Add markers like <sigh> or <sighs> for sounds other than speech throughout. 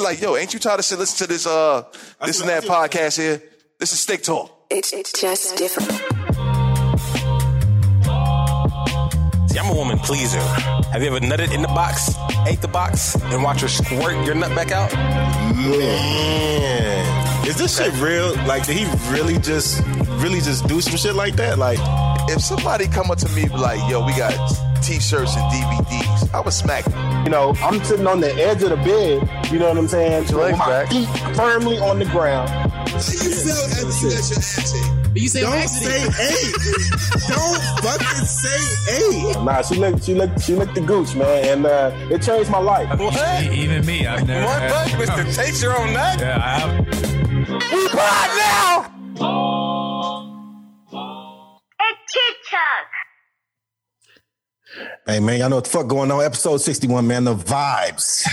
Like, yo, ain't you tired of shit? Listen to this, uh, this and that podcast here. This is Stick Talk. It's, it's just different. See, I'm a woman pleaser. Have you ever nutted in the box, ate the box, and watched her squirt your nut back out? Man, is this shit real? Like, did he really just, really just do some shit like that? Like, If somebody come up to me like, yo, we got t-shirts and DVDs, I would smack them. You know, I'm sitting on the edge of the bed. You know what I'm saying? your With legs my back. feet firmly on the ground. But you say Don't vaccinated. say eight. Don't fucking say eight. Nah, she looked, she looked, she looked the gooch, man, and uh, it changed my life. What? E- Even me, I've never. One had- buck was to taste your own nut? Yeah, I have. hey man, y'all know what the fuck going on. Episode sixty-one, man. The vibes,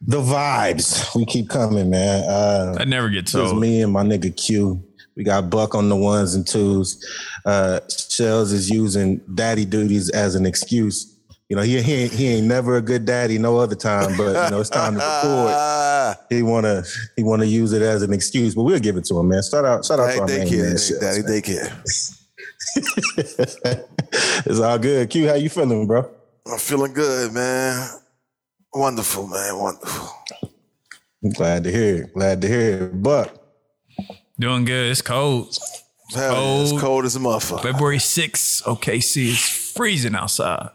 the vibes. We keep coming, man. Uh, That never gets It's old. me and my nigga Q. We got Buck on the ones and twos. Uh, Shells is using daddy duties as an excuse. You know, he, he, ain't- he ain't never a good daddy no other time, but you know, it's time <laughs> to record. Ah, He wanna he wanna use it as an excuse, but we'll give it to him, man. Shout out, shout out daddy to our main man, daycare, Shells, daddy man. daycare. <laughs> it's all good. Q, how you feeling, bro? I'm feeling good, man. Wonderful, man. Wonderful. I'm glad to hear it. Glad to hear it. Buck. Doing good. It's cold. Hell yeah, it's Cold. cold as a motherfucker. February 6th, OKC is freezing outside.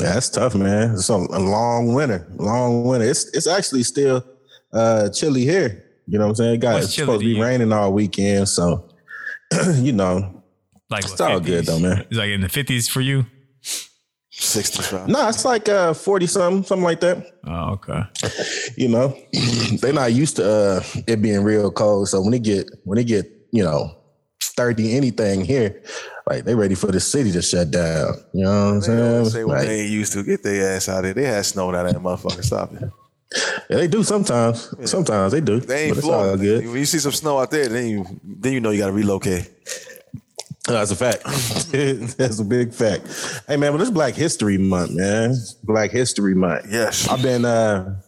Yeah, that's tough, man. It's a, a long winter, long winter. It's it's actually still uh chilly here. You know what I'm saying? It got What's it's chilly supposed to to be you? raining all weekend, so <clears throat> you know. Like it's all good though, man. It's like in the 50s for you. 65. No, it's like uh 40 something, something like that. Oh, okay. You know. <clears throat> They're not used to uh it being real cold. So when it get when it get, you know, 30 anything here, like they ready for the city to shut down. You know what They I'm always say saying? when Like, they ain't used to get their ass out of there. They had snowed out of that motherfucker. Stop it. yeah, they do sometimes. Sometimes they do. They ain't but it's all Florida. good. When you see some snow out there, then you then you know you gotta relocate. No, That's a fact. <laughs> That's a big fact. Hey man, but it's Black History Month, man. Black History Month. Yes. I've been uh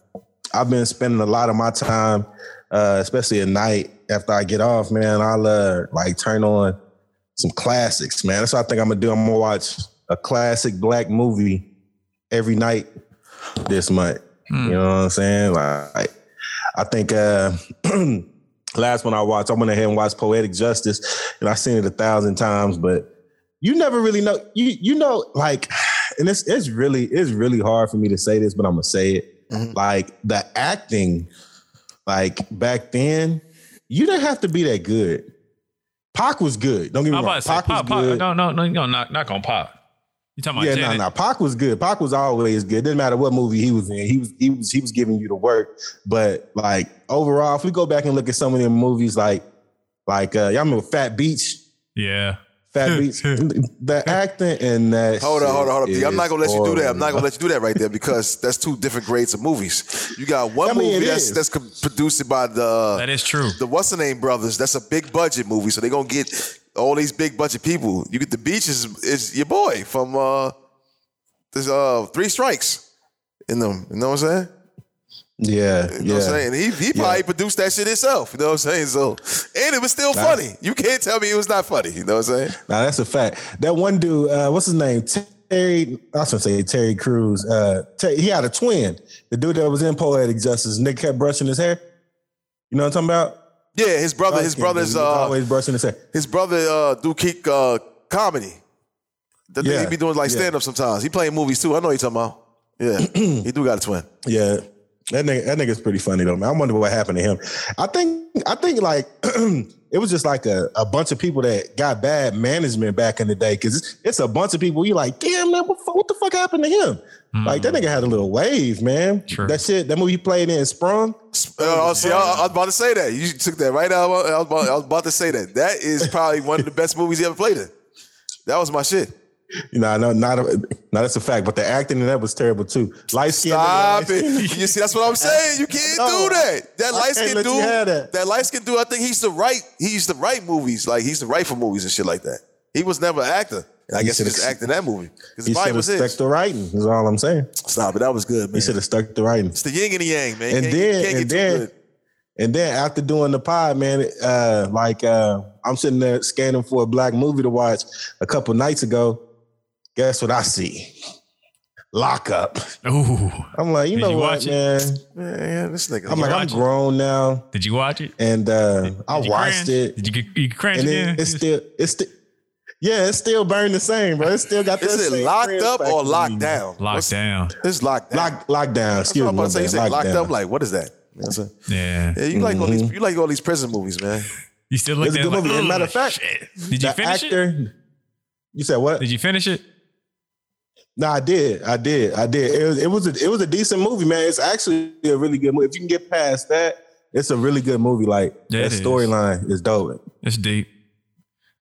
I've been spending a lot of my time, uh, especially at night after I get off, man. I'll uh like turn on some classics, man. That's what I think I'm gonna do. I'm gonna watch a classic black movie every night this month. You know what I'm saying? Like I think uh <clears throat> last one I watched, I went ahead and watched Poetic Justice, and I've seen it a thousand times, but you never really know. You you know, like, <sighs> and it's it's really it's really hard for me to say this, but I'm gonna say it. Like the acting, like back then, you didn't have to be that good. Pac was good. Don't get me I'm about wrong. to say, Pac was pop, pop. good. No, no, no, no, not, not gonna pop. You talking about Yeah, no, Janet? no. Pac was good. Pac was always good. Didn't matter what movie he was in. He was he was he was giving you the work. But like overall, if we go back and look at some of them movies, like like uh, y'all remember Fat Beach, Yeah. Fat Beach, the acting and that. Hold on, hold on, hold on. I'm not gonna let you do that. I'm not to gonna let you do that right there because that's two different grades of movies. You got one I mean, movie it that's is. that's co- produced by the That is true. the what's the name brothers. That's a big budget movie, so they gonna get all these big budget people. You get the beach is is your boy from uh this uh Three Strikes in them. You know what I'm saying? You know Yeah, what I'm yeah. saying? He he probably produced that shit himself. You know what I'm saying? So and it was still That's- funny. You can't tell me it was not funny. You know what I'm saying? Now that's a fact. That one dude, uh, what's his name? Terry. I was gonna say Terry Crews. Uh, Terry, he had a twin. The dude that was in Poetic Justice, Nick kept brushing his hair. You know what I'm talking about? Yeah, his brother, his brother's He was uh always brushing his hair. his brother uh do kick uh comedy. The thing he Yeah, be doing like yeah. stand up sometimes. He playing movies too. I know you talking about. Yeah. <clears throat> he do got a twin. Yeah. That nigga, that nigga's pretty funny though, man. I wonder what happened to him. I think, I think like <clears throat> it was just like a, a bunch of people that got bad management back in the day because it's, it's a bunch of people. You like, damn, man, what, the fuck- what the fuck happened to him? Like Hmm. that nigga had a little wave, man. True. That shit, that movie he played in Sprung. Uh, see, I, I was about to say that. You took that right out. I was, about, I was about to say that. That is probably one of the best movies he ever played in. That was my shit. You know, I know not, a, no, that's a fact, but the acting in that was terrible too. Light skin, Stop it. <laughs> You see, that's what I'm saying. You can't No. do that. That I light can't skinned let you dude. have that. That, light skinned dude, I think he's the right. He used to write movies. Like he's the right for movies and shit like that. He was never an actor. And I You guess he should've just s- act in that movie. Because the He should Bible have was stuck his. to writing. Is all I'm saying. Stop it. That was good, man. He should have stuck to writing. It's the yin and the yang, man. You And can't, get- then- can't and get then- too good. And then after doing the pod, man, uh, like uh, I'm sitting there scanning for a black movie to watch a couple nights ago. Guess what I see? Lock up. Ooh, I'm like, you Did know you what, watch it? man? Man, this nigga. I'm like, I'm watch it? grown now, did you watch it? and uh, I Did you watched cringe? it, Did you you cringe and again? it, it's still, it's still, yeah, it's still burned the same, bro. It's still got that. is it same locked cringe up or factor. locked down? Locked down. It's locked down. Lock, lockdown. That's what Excuse I'm me. about to say. You man, said locked lockdown. up. Like, what is that? You know what I'm saying? Yeah. Yeah, you like all these Mm-hmm. you like all these prison movies, man. You still look It's a at it good like, movie. As a matter "Ugh, of fact, shit." Did you the finish it? actor. You said what? Did you finish it? No, I did. I did. I did. It was, it was a it was a decent movie, man. It's actually a really good movie. If you can get past that, it's a really good movie. Like Yeah, that it is. storyline is dope. It's deep.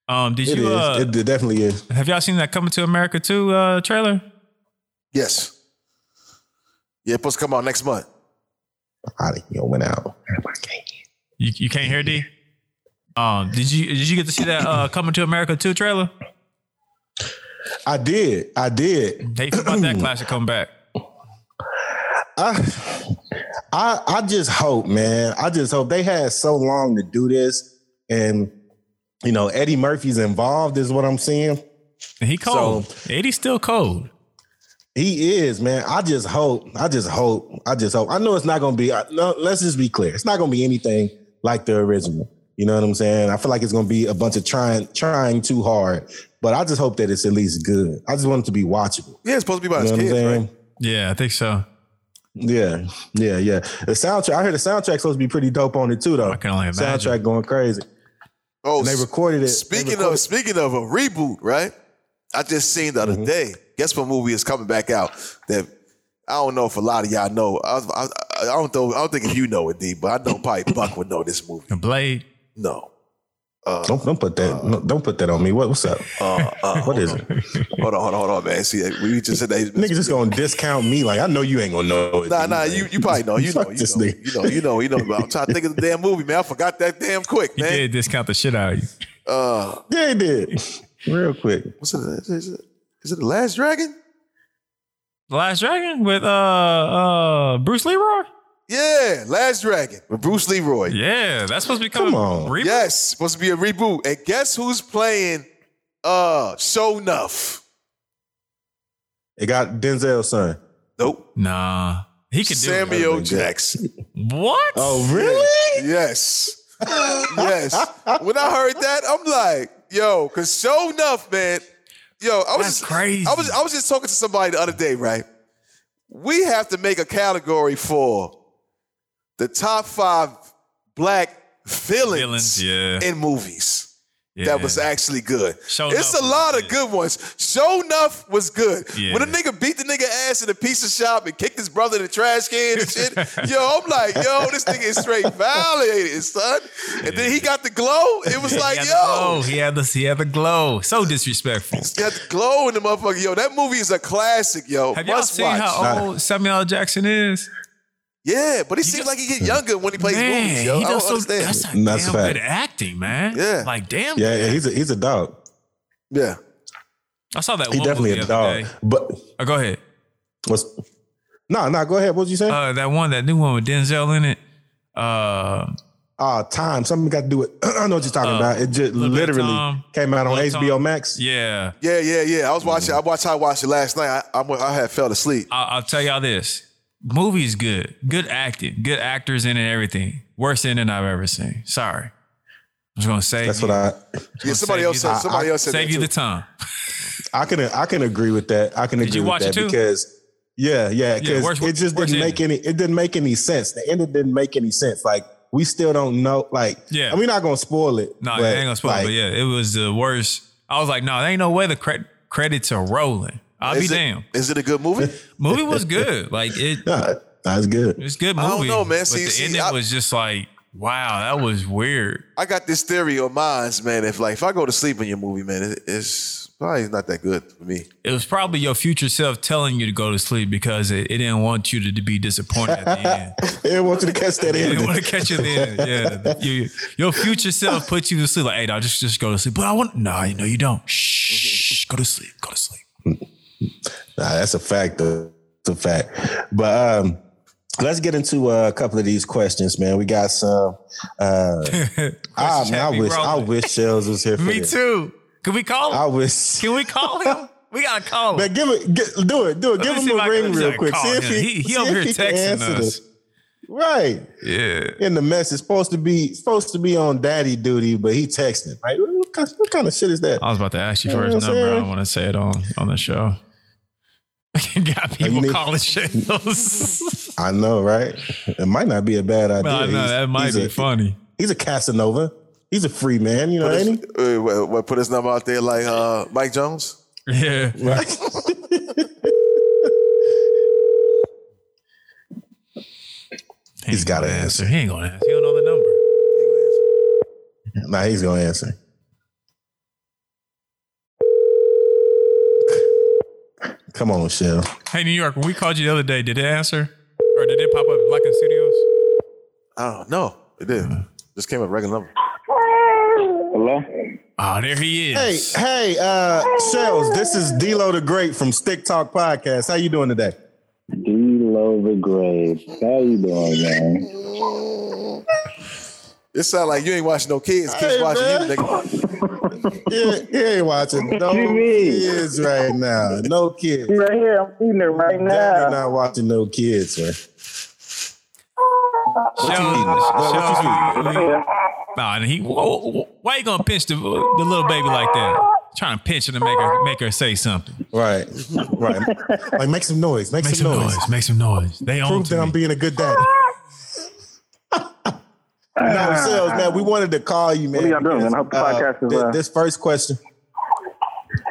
Um, did It you is. uh, It definitely is. have y'all seen that Coming to America 2 uh trailer? Yes. Yeah, it's supposed to come out next month. How did you went out? You you can't hear D? Um, did you did you get to see that uh Coming to America 2 trailer? I did. I did. How you feel about that classic come back? I, I I just hope, man. I just hope they had so long to do this, and you know Eddie Murphy's involved is what I'm seeing. And he cold. Eddie's still cold. He is, man. I just hope. I just hope. I just hope. I know it's not going to be. I- No, let's just be clear. It's not going to be anything like the original. You know what I'm saying? I feel like it's going to be a bunch of trying, trying too hard. But I just hope that it's at least good. I just want it to be watchable. Yeah, it's supposed to be about You know what I'm his kids, saying? right? Yeah, I think so. Yeah, yeah, yeah. The soundtrack. I heard the soundtrack's supposed to be pretty dope on it too, though. I can only imagine. Soundtrack going crazy. Oh, And they s- recorded it. they speaking recorded- of speaking of a reboot, right? I just seen the other Mm-hmm. day. Guess what movie is coming back out? That I don't know if a lot of y'all know. I, I, I don't know. I don't think if you know it, D, but I know probably Buck would know this movie. And Blade. No. don't don't put that no, don't put that on me. What what's up? Uh, uh, <laughs> What is it? hold Uh, on, hold on, hold on, man. See, we just said that. <laughs> Nigga just gonna discount me like I know you ain't gonna know it. Nah, dude. nah, you, you probably know. You know, Fuck you this know, nigga. you know, you know, you know. but I'm trying to think of the damn movie, man. I forgot that damn quick, He man. did discount the shit out of you. Uh, <laughs> Yeah, he did. Real quick. what's it? Is it, is it the Last Dragon? The Last Dragon with uh uh Bruce Leroy? Yeah, Last Dragon with Bruce Leroy. Yeah, that's supposed to be Come coming. on. Reboot? Yes, supposed to be a reboot. And guess who's playing? Uh, Show Nuff. It got Denzel's son. Nope. Nah. He could do it. Samuel Jackson. What? Oh, really? Yes. yes. When I heard that, I'm like, yo, cause show enough, man. Yo, I was That's just, crazy. I was I was just talking to somebody the other day, right? We have to make a category for the top five black villains, Villains, yeah. in movies. Yeah. That was actually good. Show it's Nuff a lot was of good. good ones. Show Nuff was good. Yeah. When a nigga beat the nigga ass in a pizza shop and kicked his brother in the trash can and <laughs> shit, yo, I'm like, yo, this nigga is straight violated, son. And then he got the glow. It was like, he had yo, The glow. He had the he had the glow. So disrespectful. he got the glow in the motherfucker. Yo, that movie is a classic, yo. Have y'all Must seen watch. how old Samuel L. Jackson is? yeah, but he You seems just- like he get younger when he plays man, movies, yo. he I don't does so. understand. That's a That's damn fact. good acting, man. Yeah. like damn. Yeah, yeah, he's a he's a dog. yeah. I saw that. He one definitely movie a the other dog. day. But Oh, go ahead. what's nah, nah, go ahead. What'd you say? Uh, that one, that new one with Denzel in it. Uh, Ah, time. Something got to do with <clears throat> I know what you're talking Uh, about. It just Little Bit of literally Time, came out on Little HBO Time. Max. yeah. Yeah, yeah, yeah. I was watching. I watched. I watched it last night. I, I, went- I had fell asleep. Mm. I, I'll tell y'all this. Movie's good. Good acting. Good actors in it. and Everything. Worst ending I've ever seen. Sorry. I'm just gonna say That's what I Yeah, somebody save else you said. the- Somebody else said. save that you the too. time. I can I can agree with that. I can Did agree you with watch that it too? because yeah, yeah, Yeah, because worst- it just worst didn't make any it didn't make any sense. The ending didn't make any sense. Like we still don't know. Like Yeah. and we're not gonna spoil it. No, but, I ain't gonna spoil. it, like, but yeah, it was the worst. I was like, no, there ain't no way the cre- credits are rolling. I'll Is be it- damned. Is it a good movie? Movie was good. Like it, Nah, that's good. <laughs> it's a good I movie. don't know, man. But See- the see, ending I- was just like, wow, that was weird. I got this theory on minds, man. If like if I go to sleep in your movie, man, it, it's probably not that good for me. It was probably your future self telling you to go to sleep because it, it didn't want you to, to be disappointed at <laughs> the end. It wants you to <laughs> catch that It didn't want ending. to catch you then. Yeah, You- your future self put you to sleep. Like, hey, dog, just just go to sleep. But I want no, you know you don't. Shh, Go to sleep. Go <laughs> to sleep. Nah, that's a fact though. It's a fact. But um, let's get into uh, a couple of these questions, man. We got some. <laughs> Uh, I, man, I had me wish I rolling. wish Shells was <laughs> here. For Me this. too. Can we call him? I wish. Can we call <laughs> him? We gotta call <laughs> him. But give it, get, do it, do it. Give me him see if a I ring can- real I quick. call See if him. he, He- he see over if here can texting answer us. this. Right Yeah. in the mess, it's supposed to be supposed to be on daddy duty, but he texting. Like, what kind, what kind of shit is that? I was about to ask you You for know his what I'm number. I saying? don't want to say it on on the show. <laughs> Got people need- calling <laughs> shells. I know, right? It might not be a bad idea. Well, I know He's- that might he's be a, funny. He's a Casanova. He's a free man, you know, Put his, ain't uh, what- what, put his number out there like uh, Mike Jones. Yeah. he? <laughs> Right. He He's ain't gotta gonna answer. He ain't gonna answer. He don't know the number. nah, he's gonna answer. Come on, Shell. Hey, New York, when we called you the other day, did it answer? Or did it pop up Black and Studios? I don't know. It did. Just came up regular number. Hello? Oh, there he Hey, is. hey, uh, Shells, this is D-Lo the Great from Stick Talk Podcast. How you doing today? D Lo the Grave. How you doing, man? It sound like you ain't watching no kids. Kids Hey, watching man. you, nigga. Yeah, he ain't <laughs> watching no you mean? kids right now. No kids. Right here, I'm feeding her right Definitely now. not watching no kids, man. Nah, and he. whoa, whoa, why you gonna pinch the the little baby like that? Trying to pinch her to make her make her say something. Right, <laughs> right. Like, make some noise. Make, Make some, noise. Make some noise. They own Prove to that I'm me. being a good <laughs> daddy. no, sales man. We wanted to call you, man. What are y'all doing, because, man? I hope the podcast is, thi- uh, this first question.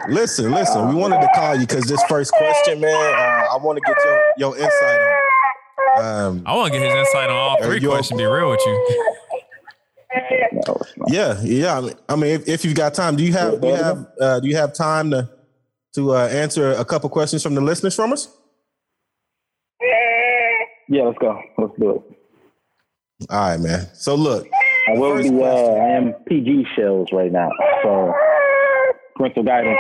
Listen, listen. We wanted to call you because this first question, man. Uh, I want to get your your insight on. it. Um, I want to get his insight on all Are three you questions. Be real with you. yeah, yeah. I mean, I mean if, if you've got time, do you have do you have uh, do you have time to to uh, answer a couple questions from the listeners from us? Yeah, let's go. Let's do it. All right, man. So <laughs> look, I will first be. Uh, question. I am PG shells right now, so parental guidance.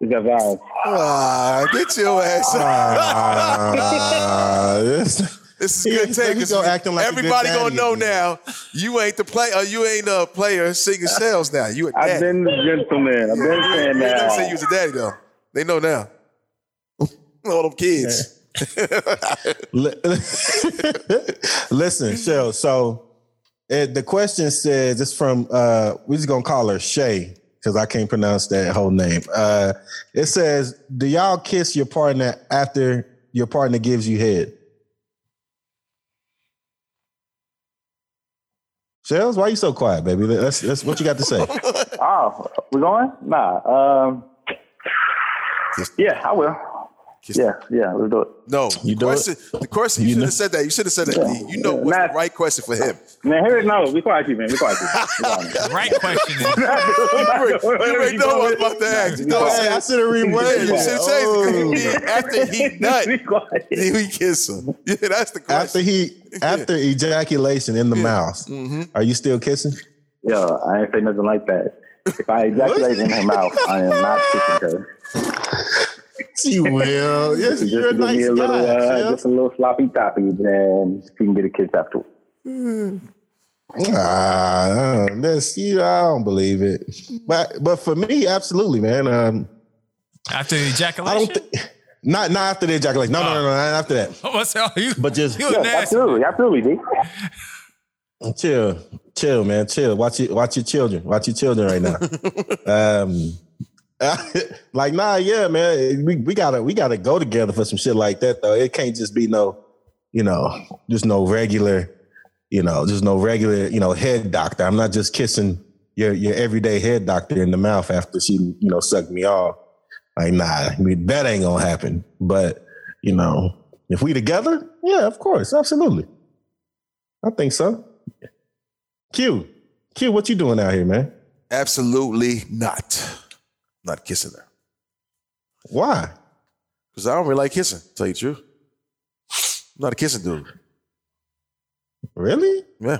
You got valves. Ah, get your ass Ah. up. Uh, <laughs> this- This is Here- good here take. you 'cause go acting like a good everybody gonna daddy know again. now. You ain't the player. You ain't a player singing sales now. You a daddy. I've been the gentleman. I've been You saying never said you that. was a daddy though. They know now. <laughs> All them kids. Li- <laughs> Listen, Shell. So it, the question says it's from uh we're just gonna call her Shay because I can't pronounce that whole name. Uh it says, Do y'all kiss your partner after your partner gives you head? Shells, why you so quiet, baby? That's that's what you got <laughs> to say. Oh, we going? Nah. Um. Yeah, I will. Yeah, yeah, let's do it. No, the You do it? question. The question. You, You should know- have said that. You should have said that. D. You know what's Matt- the right question for <laughs> him. Man, here it no. We quiet you, man. We <laughs> quiet you. We quiet <laughs> you. Right question. Is, <laughs> You already know what I'm about to ask. You know what I'm Hey, I saying? should have Yeah, you reworded should that. have changed it 'cause you Oh. did after <laughs> <laughs> he nut, Be quiet. then we kiss him. <laughs> Yeah, that's the After question. he after ejaculation in the mouth, Mm-hmm. are you still kissing? Yo, I ain't say nothing like that. If I ejaculate in her mouth, I am not kissing her. She <laughs> will. Yes, Just you're a give me nice a little, guy. uh, Chef. just a little sloppy toppy, then she can get a kiss afterwards. Ah, uh, that's you. I don't believe it, but but for me, absolutely, man. Um, after the ejaculation. I don't think <laughs> not not after the ejaculation. No, no, no, no, not after that. <laughs> I'm gonna say, oh, you, But just you a Yes, nasty. absolutely, absolutely, D. chill, chill, man, chill. Watch it, watch your children, watch your children right now. um, <laughs> like nah, yeah, man. We we gotta we gotta go together for some shit like that though. It can't just be no, you know, just no regular, you know, just no regular, you know, head doctor. I'm not just kissing your your everyday head doctor in the mouth after she you know sucked me off. Like nah, I mean, that ain't gonna happen. But you know, if we together, yeah, of course, absolutely. I think so. Q, Q, what you doing out here, man? Absolutely not. Not kissing her Why? because I don't really like kissing. to Tell you the truth, I'm not a kissing dude. Really? Yeah. You know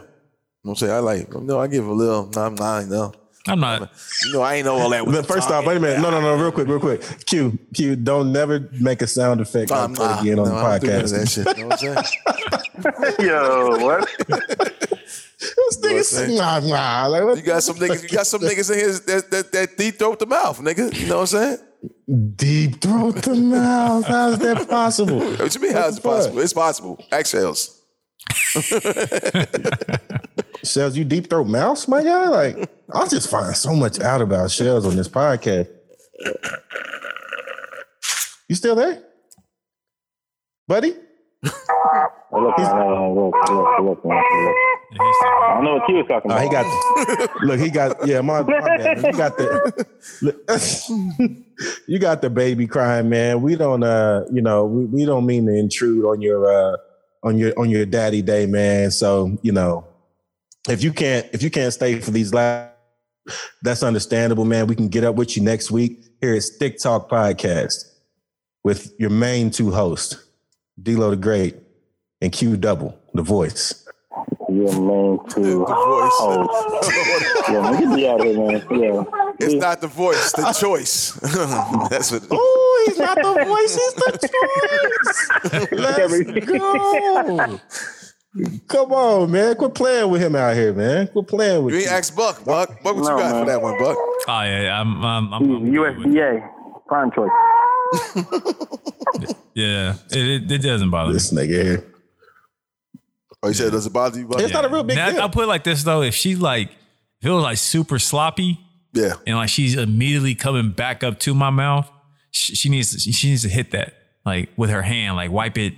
what I'm saying? I like, no, I give a little, nah, nah, no. I'm not. You know, I ain't know all that. Then first off, wait a minute. No, no, no. Real quick, real quick. Q, Q, don't never make a sound effect I'm like that not. again on no, the I don't do none of that shit. <laughs> podcast. You know what I'm saying? Yo, what? This nigga's nah, nah. Like, what You got some niggas. You got some niggas in here that that, that deep throat the mouth, nigga. You know what I'm saying? <laughs> deep throat the mouth. How's that possible? What you mean? How is it the fuck? possible? It's possible. Exhales. Shells, you deep throat mouse, my guy. Like, I just find so much out about shells on this podcast. You still there, buddy? Hold up, man, hold on, hold up, hold up, hold up, hold up. I don't know what you was talking Oh, about. he got look. He got yeah. My, my bad. You got the look, <laughs> you got the baby crying, man. We don't uh, you know, we, we don't mean to intrude on your uh, on your on your daddy day, man. So you know, if you can't if you can't stay for these last, that's understandable, man. We can get up with you next week. Here is Stick Talk Podcast with your main two hosts, D'Lo the Great and Q Double, the voice. Your man too. Oh, yeah, man, get me out of here, man. Yeah. It's not the voice, the choice. <laughs> That's what. Oh, he's not the voice, he's <laughs> the choice. Let's go. Come on, man. Quit playing with him out here, man. Quit playing with You ain't him. asked Buck. Buck, Buck, what you No, got man. for that one, Buck? Oh yeah, I'm. I'm, I'm, Mm, I'm good with it. USDA, prime choice. Yeah, it, it, it doesn't bother me. This nigga <laughs> here. Oh, you said does it bother you, Buck? It's not a real big Now, deal. I'll put it like this though: if she's like, if it was like super sloppy Yeah. and like she's immediately coming back up to my mouth, she, she needs to, she needs to hit that like with her hand, like wipe it,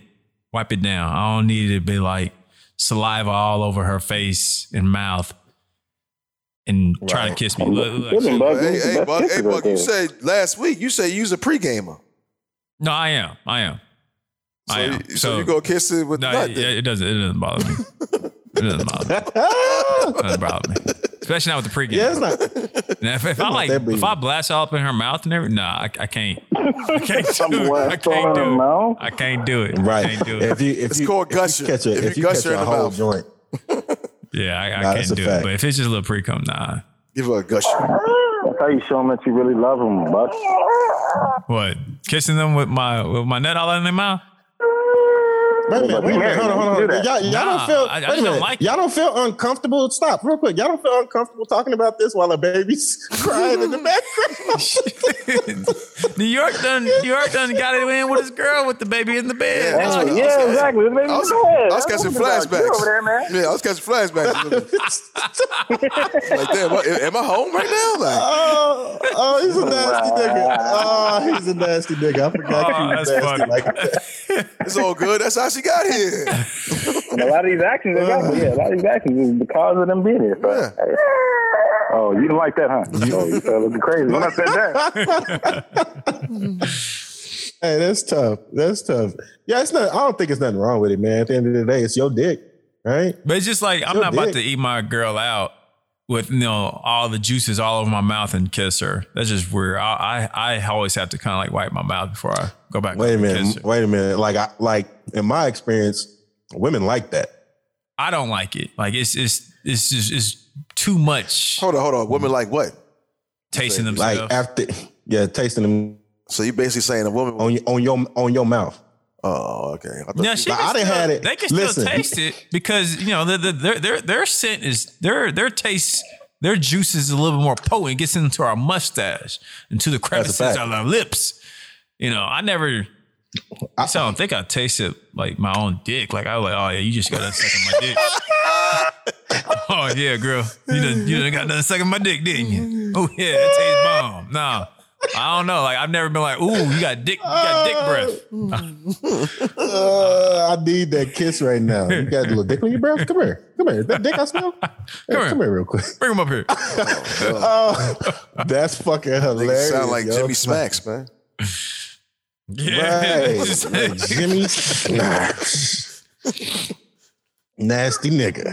wipe it down. I don't need it to be like saliva all over her face and mouth and try to kiss me. Look, look, You've been bugging. Hey, That's hey, Buck, hey, history right Buck, you there. said last week, you said you was a pregamer. no, I am, I am, So, I am. you, so, you go kiss it with No, the nut. it, then. it doesn't. It doesn't bother me. It doesn't bother me. It doesn't bother me. Especially not with the pregame. yeah, it's not. Now, if, if I like, that big. if I blast out up in her mouth and everything, nah, I, I can't. I can't do it. I can't What's going do it. on? I can't do it. I Right. can't do it. If you if It's you, called if you gushing. catch a, If if, you you gush catch her in a the whole mouth. joint, Yeah, I, I Nah, that's can't a do it. fact. But if it's just a little pre-cum, nah. Give her a gush. That's how you show them that you really love them, Buck. What? Kissing them with my with my nut all in their mouth? Wait a minute, wait a minute, hold on, hold on. Do that. Y'all, y'all don't Nah, feel. I- I wait just a don't minute. like it. y'all don't feel uncomfortable. Stop, real quick. Y'all don't feel uncomfortable talking about this while a baby's <laughs> crying in the <laughs> background. New York done. New York done got it in with his girl with the baby in the bed. Yeah. Uh, what I was yeah, saying. exactly. This baby I was, go ahead. I was That's catching what it's about. flashbacks. You over <laughs> there, man. Yeah, I was catching flashbacks. <laughs> <laughs> like, damn, what- am I home right now? Like, Oh, oh, <laughs> he's a nasty nigga. Oh, he's a nasty nigga. I forgot Oh, you that's was nasty funny. like that. it's all good. That's how she got here. And a lot of these actions, exactly. Yeah, a lot of these actions is because of them being here. So. Yeah. hey. Oh, you didn't like that, huh? Oh, you felt looking crazy when I <laughs> said that. Hey, that's tough. That's tough. Yeah, it's not. I don't think it's nothing wrong with it, man. At the end of the day, it's your dick, right? But it's just like I'm Your not about dick. to eat my girl out with you know all the juices all over my mouth and kiss her. That's just weird. I I, I always have to kind of like wipe my mouth before I go back. Wait a up and kiss minute. her. Wait a minute. Like, I like in my experience, women like that. I don't like it. Like it's it's it's just it's too much Hold on, hold on. Women like what? tasting Like themselves. after, yeah, tasting them So you basically saying a woman? on your on your on your mouth. oh, okay. I thought- no, she Nah, can I done still- had it. They can Listen. still taste it because you know the, the, their their their scent is their their taste their juice is a little bit more potent. It gets into our mustache and to the crevices fact. of our lips. You know, I never. I, so I don't think I tasted like my own dick. Like I was like, oh yeah, you just got that sucking my dick. <laughs> oh yeah, girl, you done, you done got that sucking my dick, didn't you? Oh yeah, that tastes bomb. Nah, I don't know. Like I've never been like, ooh, you got dick, you got dick breath. Uh, I need that kiss right now. You got a little dick on your breath? Come here. Come here. That dick I smell? Hey, Come here. here. real quick. Bring him up here. Oh, that's fucking Nigga hilarious. sound like yo. Jimmy Smacks, man. <laughs> <laughs> Yeah. Right. Like Jimmy Smacks. Nasty nigga.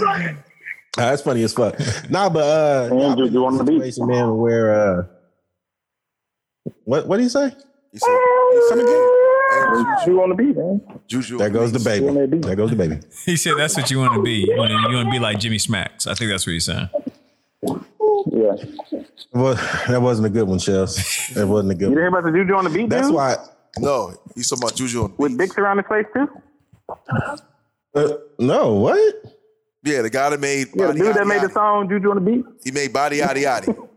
Ah, that's funny as fuck. Nah, but uh And you, you on the beach. situation, man, where uh what what do you say? He said, he said again. And You on the beach, man. Juju. There goes the baby. on that beat. There goes the baby. He said that's what you want to be. You want to, you want to be like Jimmy Smacks. I think that's what he's saying. Yeah. Well, <laughs> that wasn't a good one, Chels. That wasn't a You good didn't one. hear about the Juju on the beat, That's dude? why. No, he's talking about Juju. and- With dicks around his face, too? uh, no, what? Yeah, the guy that made Yeah, the Body dude that Yaddy made the Yaddy. song Juju on the beat? He made Body <laughs> Yaddy Yaddy.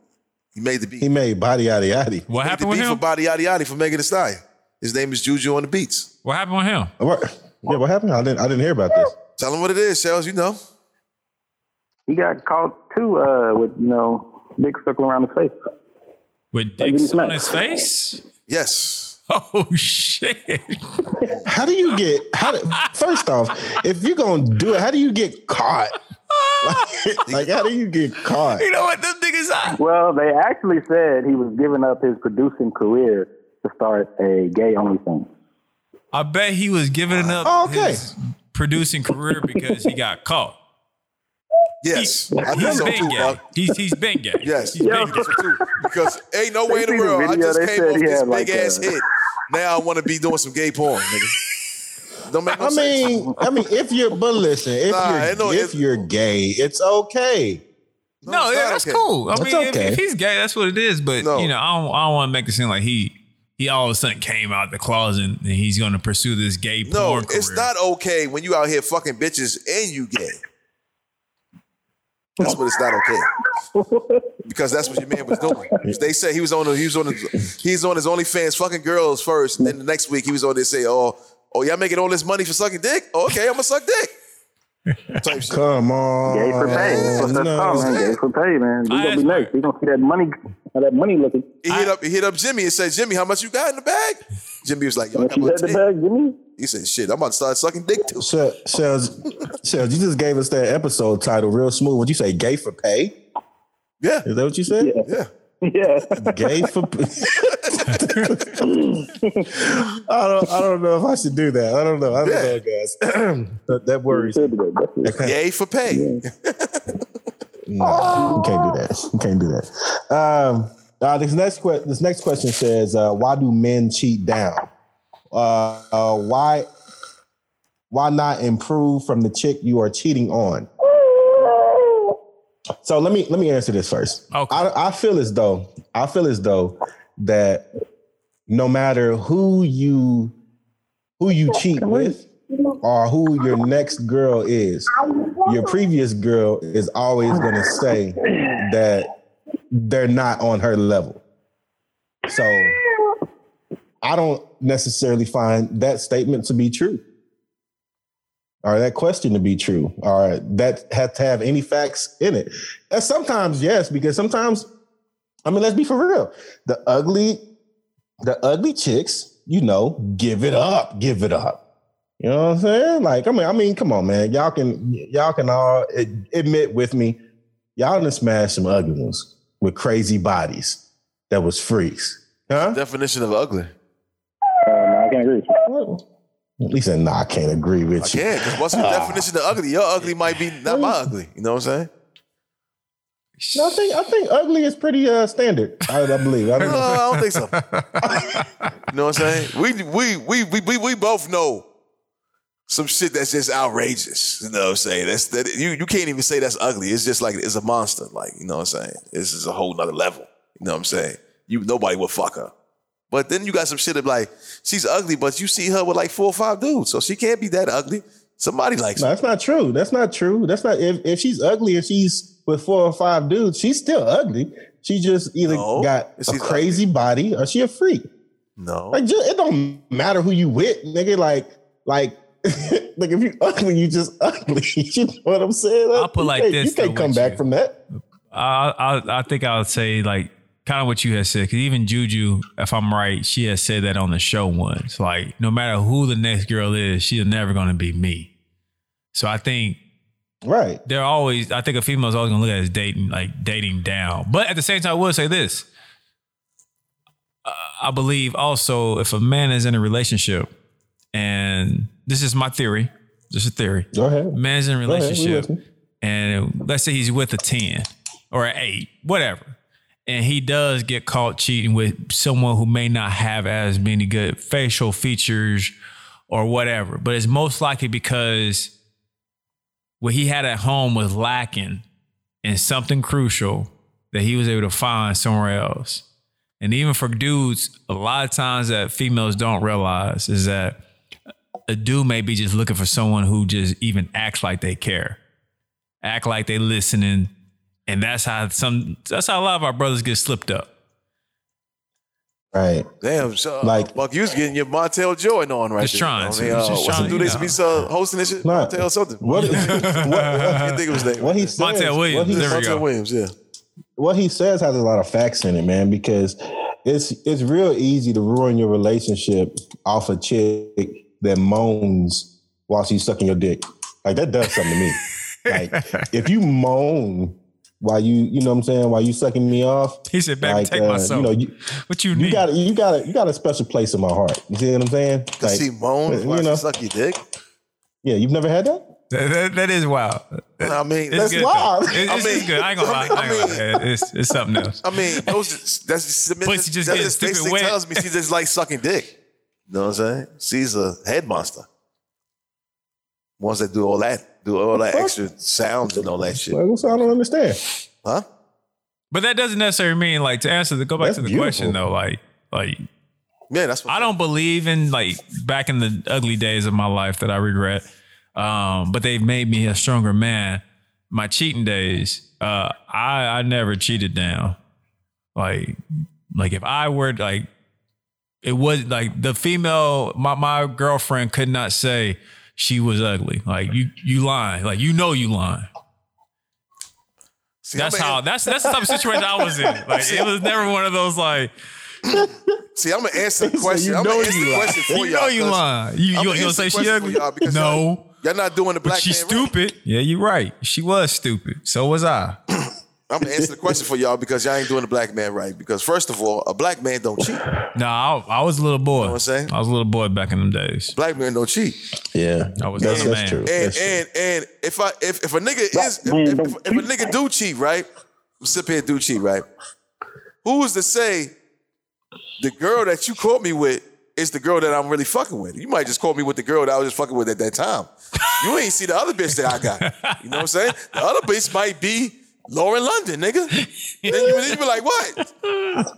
He made the beat. He made body yaddy yaddy. What made the happened with beat for him? Body Yaddy Yaddy from Megan Thee Stallion. His name is Juju on the beats. What happened with him? What? Yeah, what happened? I didn't. I didn't hear about this. Tell him what it is, Sales. You know. He got caught, too, uh, with, you know, dick circling around his face. With Like, dicks he's on not- his face? <laughs> Yes. Oh shit! How do you get? How? Do, first off, if you're gonna do it, how do you get caught? <laughs> Like, like, how do you get caught? You know what? Them niggas are. Well, they actually said he was giving up his producing career to start a gay only thing. I bet he was giving up Oh, okay. his producing career because he got caught. Yes. I think He's so been too, gay. Buck. He's he's been gay. Yes. he's I been think gay. so too. Because ain't no way in the They seen the world. I video, just they came said off he this had, big like, ass a- hit. Now I want to be doing some gay porn, nigga. Don't make no I sense. mean, I mean, if you're, but listen, if Nah, you're, ain't no- if you're gay, it's okay. No, it's yeah, not that's okay. cool. I That's mean, if- okay. if, he's gay, that's what it is. But No. you know, I don't, I don't want to make it seem like he he all of a sudden came out the closet and he's going to pursue this gay No, porn career. it's not okay when you out here fucking bitches and you gay. That's what it's not okay. Because that's what your man was <laughs> doing. They said he was on the, he was on the, he's on his OnlyFans fucking girls first, and then the next week he was on there say, oh, oh y'all making all this money for sucking dick? Okay, I'm gonna suck dick. Type shit. Come on, Gay for pay. What's that song, man? Gay for pay, I man. We gonna be asked- next. We gonna see that money, all that money looking. He hit up he hit up Jimmy and said, Jimmy, how much you got in the bag? Jimmy was like, Yo, I What got you <laughs> about had 10." the bag, Jimmy? He said, shit, I'm about to start sucking dick too. Shell, Shells, Shells, you just gave us that episode title real smooth. Would you say gay for pay? Yeah, Is that what you said? yeah. Yeah. <laughs> Gay for pay. I don't I don't know if I should do that. I don't know. I don't Yeah. know, guys. <clears throat> that, that worries. me. That's Yay for pay. No, you can't do that. You can't do that. Um, uh, this next que- this next question says, uh, why do men cheat down? Uh, uh, why why not improve from the chick you are cheating on? So let me let me answer this first. Okay. I, I feel as though I feel as though that no matter who you who you cheat with or who your next girl is, your previous girl is always going to say that they're not on her level. So I don't necessarily find that statement to be true or that question to be true or that have to have any facts in it. And sometimes, yes, because sometimes, I mean, let's be for real. The ugly, the ugly chicks, you know, give it up, give it up. You know what I'm saying? Like, I mean, I mean, come on, man. Y'all can y'all can all ad- admit with me, y'all done smashed some ugly ones with crazy bodies that was freaks. Huh? Definition of ugly. Uh, no, I can't agree with you. At least nah, I can't agree with you. Yeah, because what's the definition of ugly? Your ugly might be not my ugly. You know what I'm saying? No, I think I think ugly is pretty uh standard. I, I believe. <laughs> I No, don't, I don't think so. you know what I'm saying? We we we we we, we both know some shit that's just outrageous. You know what I'm saying? That's that you you can't even say that's ugly. It's just like it's a monster. Like, you know what I'm saying? This is a whole nother level. You know what I'm saying? You nobody would fuck her. But then you got some shit of like, she's ugly, but you see her with like four or five dudes. So she can't be that ugly. Somebody likes no, her. that's not true. That's not true. That's not if, if she's ugly and she's with four or five dudes, she's still ugly. She just either No, got she's a crazy body or she a freak. No. Like just, it don't matter who you with, nigga. Like like <laughs> like if you ugly, you just ugly. <laughs> you know what I'm saying? I'll put You like can't- this, You can't though, come with back you. from that. I, I I think I would say like kind of what you had said because even Juju, if I'm right, she had said that on the show once. Like no matter who the next girl is, she's never going to be me. So I think Right. they're always. I think a female's always going to look at it as dating like dating down. But at the same time, I will say this. Uh, I believe also if a man is in a relationship, and this is my theory, just a theory. Go ahead. Man's in a Go ahead. We relationship listening. and let's say he's with a 10 or an 8, whatever. And he does get caught cheating with someone who may not have as many good facial features or whatever. But it's most likely because what he had at home was lacking in something crucial that he was able to find somewhere else. And even for dudes, a lot of times that females don't realize is that a dude may be just looking for someone who just even acts like they care, act like they listening, and that's how some that's how a lot of our brothers get slipped up. Right. Damn, so, Like- like fuck, you was getting your Montel Jordan on right Just there. trying I to, mean, uh, just what's trying, the dude you they should be so hosting this shit? Nah. Montel something. What, <laughs> I what, can't think of his name. what he says, Montel Williams, What he, there we Montel go. Williams, yeah. what he says has a lot of facts in it, man, because it's it's real easy to ruin your relationship off a chick that moans while she's sucking your dick. Like that does something <laughs> to me. Like if you moan while you, you know what I'm saying, while you sucking me off, He said, "Baby, like take uh, my soul. you know, you, what you, you need? got you got a, you got a special place in my heart. You see what I'm saying? Does Like, he moan? you You know. suck your dick. yeah, you've never had that? That- that- that is wild. I mean, It's That's good, though. wild. It- It's, I it's mean- good. I ain't gonna lie. I ain't I gonna mean- lie. Yeah, It's, it's something else. I mean, those just, that's just, But she just that's getting just basically stupid wet. tells me she just like sucking dick. You know what I'm saying? She's a head monster. Ones that do all that, do all that extra sounds and all that shit. Like, so I don't understand. Huh? But that doesn't necessarily mean like to answer the go back That's to the beautiful. question though. Like like Yeah, that's what I don't believe in like back in the ugly days of my life that I regret. Um, but they've made me a stronger man. My cheating days, uh, I I never cheated down. Like like if I were like it was like the female my my girlfriend could not say she was ugly. Like you you lying. Like you know you lying. See, That's I'm how An, that's that's the type of situation I was in. Like it was never one of those like see, I'm gonna answer the So question. you I'm gonna know answer you the lie. question for you all know you lying. You I'm you, gonna you gonna answer say the she question ugly? for y'all because no. Y'all not doing the black She's man right. stupid. Yeah, you're right. She was stupid. So was I. I'm gonna answer the question for y'all because y'all ain't doing the black man right. Because first of all, a black man don't cheat. No, I, I was a little boy. what I'm saying? I was a little boy back in them days. Black man don't cheat. Yeah, I was that's, not a that's man. true. And That's true. and and if I if, if a nigga is if, man if, don't if a nigga do cheat, right? Sip here do cheat, right? Who is to say the girl that you caught me with is the girl that I'm really fucking with? You might just call me with the girl that I was just fucking with at that time. You ain't see the other bitch that I got. You know what I'm saying? The other bitch might be Lauren London, nigga. Then you, then you be like, what?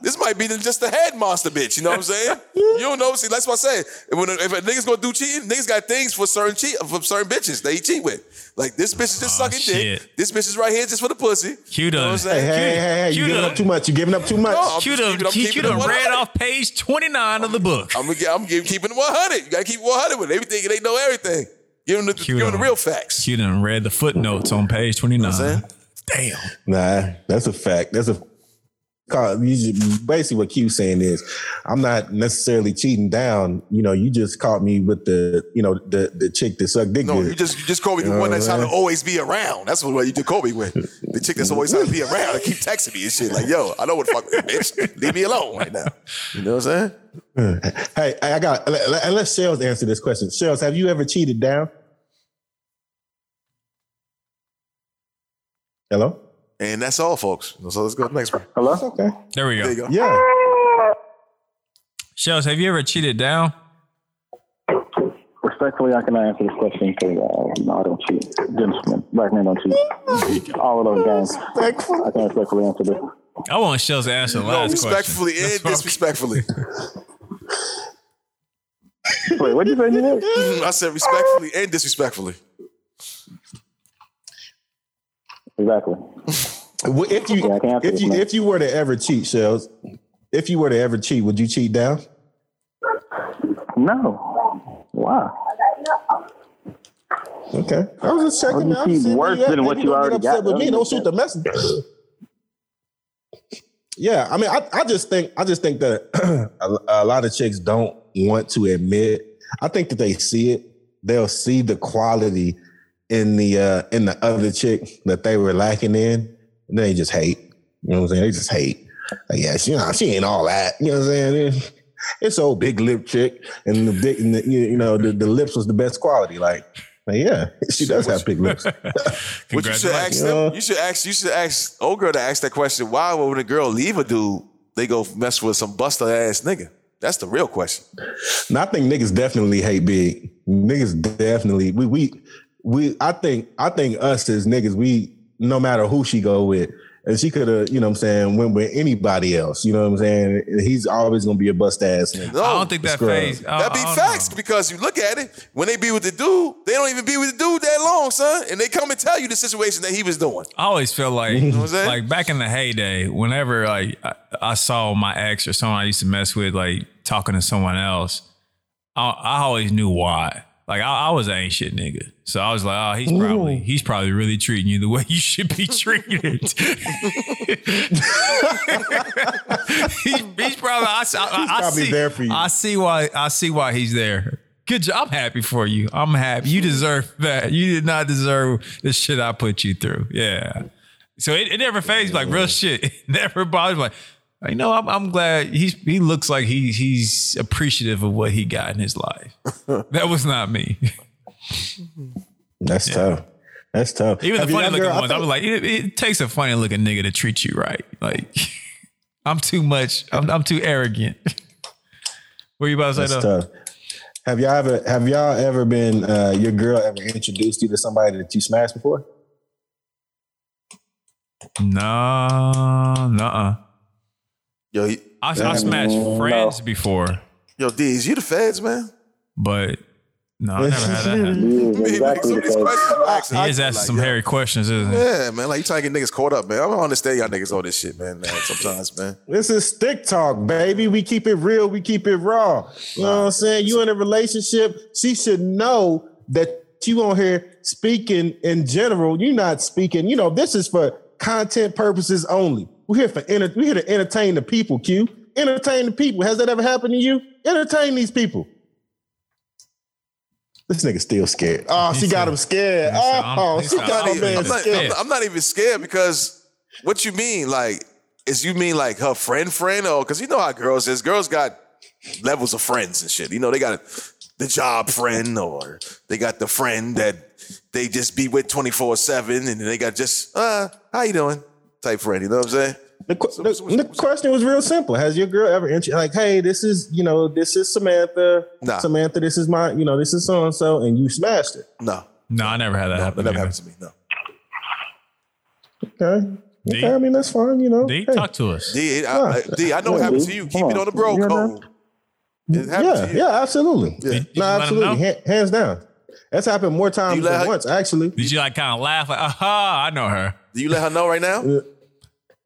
This might be the- just the head monster bitch. You know what I'm saying? You don't know. See, that's what I say. If, when, if a nigga's gonna do cheating, niggas got things for certain cheat for certain bitches that he cheat with. Like this bitch is just Aw, sucking dick. Oh, shit. This bitch is right here just for the pussy. Q You know what done. I'm Hey, saying? hey, hey, hey, Cute you giving up. up too much. You giving up too much. No, I'm Q just done. keeping- I'm Q keeping done it read 100. off page 29 of the book. I'm gonna I'm giving, keeping it 100. You gotta keep it 100 with everything. They know everything. Give them the, Cute give them the on. real facts. Q done read the footnotes on page 29. You know what I'm Damn. Nah, that's a fact. That's a call. You just, basically what Q's saying is, I'm not necessarily cheating down. You know, you just caught me with the, you know, the the chick that sucked dick. No, good. you just you just call me the You know one what that's I'm trying to saying? always be around. That's what you just call me with. The chick that's always trying to be around and keep texting me and shit. Like, yo, I know what the fuck, bitch. Leave me alone right now. You know what I'm saying? hey, I I got. Let, let, let Shells answer this question. Shells, have you ever cheated down? Hello. And that's all, folks. So let's go to the next one. That's okay. There we go. There you go. Yeah. Shells, have you ever cheated down? Respectfully, I cannot answer this question because uh, no, I don't cheat. Gentlemen, black men don't cheat. All of those games. I can respectfully answer this. I want Shells to answer the last question. Respectfully and disrespectfully. <laughs> Wait, what did you say, Nick? I said respectfully and disrespectfully. Exactly. Well, if you Yeah, I can answer if this, you man. if you were to ever cheat, Shells, if you were to ever cheat, would you cheat down? No. Why? Okay. I was just checking Wouldn't out. be Seeing worse where at. than what If you don't already get upset got, With me, though. don't shoot the messenger. <laughs> yeah, I mean, I, I just think I just think that <clears throat> a, a lot of chicks don't want to admit. I think that they see it. They'll see the quality in the uh in the other chick that they were lacking in, and they just hate. You know what I'm saying? They just hate. Like, yeah, she, you know, she ain't all that. You know what I'm saying? <laughs> It's old big lip chick, and the big, and the, you you know, the, the lips was the best quality. Like, like, yeah, she does have big lips. What you should ask Congratulations. them, Yeah. you should ask, you should ask old girl to ask that question. Why would a girl leave a dude? They go mess with some buster ass nigga. That's the real question. And I think niggas definitely hate big. Niggas definitely we we we I think I think us as niggas, we no matter who she go with, And she could have, you know what I'm saying, went with anybody else. You know what I'm saying? He's always gonna be a bust ass nigga. No, I don't think that Scrub. phase. I- that be Uh, I don't facts know. because you look at it when they be with the dude, they don't even be with the dude that long, son, and they come and tell you the situation that he was doing. I always feel <laughs> like, what I'm saying? like back in the heyday, whenever like I, I saw my ex or someone I used to mess with, like talking to someone else, I, I always knew why. Like I, I was an ancient nigga, so I was like, oh, he's probably he's probably really treating you the way you should be treated. <laughs> <laughs> <laughs> He- he's probably I, I, I, I probably see, there for you. I see why I see why he's there. Good job. I'm happy for you. I'm happy. You deserve that. You did not deserve the shit I put you through. Yeah. So it, it never fades like real shit. <laughs> It never bothers me. like you know, I'm, I'm glad he's he looks like he he's appreciative of what he got in <laughs> his life. that was not me. <laughs> That's tough. That's tough. Even Have the you funny ever- looking I ones, I think- was like, it, it takes a funny looking nigga to treat you right. Like <laughs> I'm too much. I'm, I'm too arrogant. <laughs> what you about to That's say though? tough. Have y'all ever have y'all ever been uh, your girl ever introduced you to somebody that you smashed before? No, no. Yo, he- I, I smashed friends before, yo, D's, you the feds, man. but no, I never had <laughs> that. happen. Yeah, Man, like, exactly. some of these because- questions I'm asking, He I is feel asking like, some yo, hairy questions, isn't he? Yeah, man, like you trying to get niggas caught up, man. I don't understand y'all niggas all this shit, man. man, sometimes, man. This is stick talk, baby. We keep it real. We keep it raw. You know what I'm saying? You in a relationship, she should know that you on here speaking in general. You're not speaking. You know, this is for content purposes only. We're here for enter- we're here to entertain the people. Q entertain the people. Has that ever happened to you? Entertain these people. This nigga still scared. Oh, she got him scared. He said, Oh, I'm- he she said, got I'm him man I'm not, I'm scared. not- I'm not even scared because what you mean, like, is you mean like her friend, friend, or because you know how girls is. Girls got levels of friends and shit. You know, they got the job friend, or they got the friend that they just be with twenty four seven, and they got just uh, how you doing type friend. You know what I'm saying? The, qu- the, the question was real simple. Has your girl ever intro- like, hey, this is you know, this is Samantha. Nah. Samantha, this is my, you know, this is so and so, and you smashed it. No, No, I never had that that happen. never Never happened to me. No, Okay. D. Okay, I mean that's fine, you know. D, Hey. talk to us. D, I, I- D, I know it happened to you. Keep it on the bro code. It happened yeah, to you. yeah, absolutely. Did you No, let 'em absolutely. know? Ha- hands down. That's happened more times You let than her- once, actually. Did you like kind of laugh like, aha, I know her. Do you let her know right now?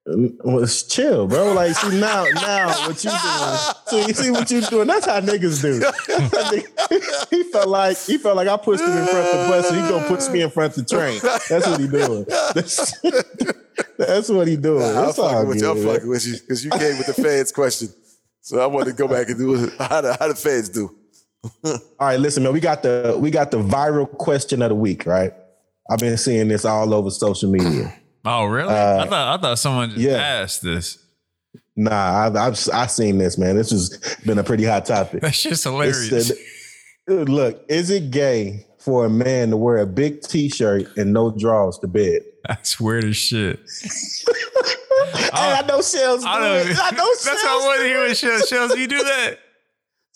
Well, it's chill, bro. Like, see now, now what you doing? See, see what you doing? That's how <laughs> niggas do. <laughs> That nigga- he felt like he felt like I pushed him in front of the bus, so he gonna push me in front of the train. That's what he doing. That's, that's <laughs> what he doing. I'm That's all fucking with you. I'm good, man. fucking with you because you came with the feds question. So I wanted to go back and do it. How the, how the feds do? All right, listen, man. We got the we got the viral question of the week, right? I've been seeing this all over social media. Oh, really? I thought I thought someone just Uh, yeah. asked this. <laughs> Nah, I've, I've I've seen this, man. This has been a pretty hot topic. That's just It hilarious. said- Dude, look, is it gay for a man to wear a big T-shirt and no drawers to bed? <laughs> That's weird as shit. hey, I know Shells do I don't. it. I know <laughs> that's how I Shells, wanted to hear. Shells, Shells, you do that.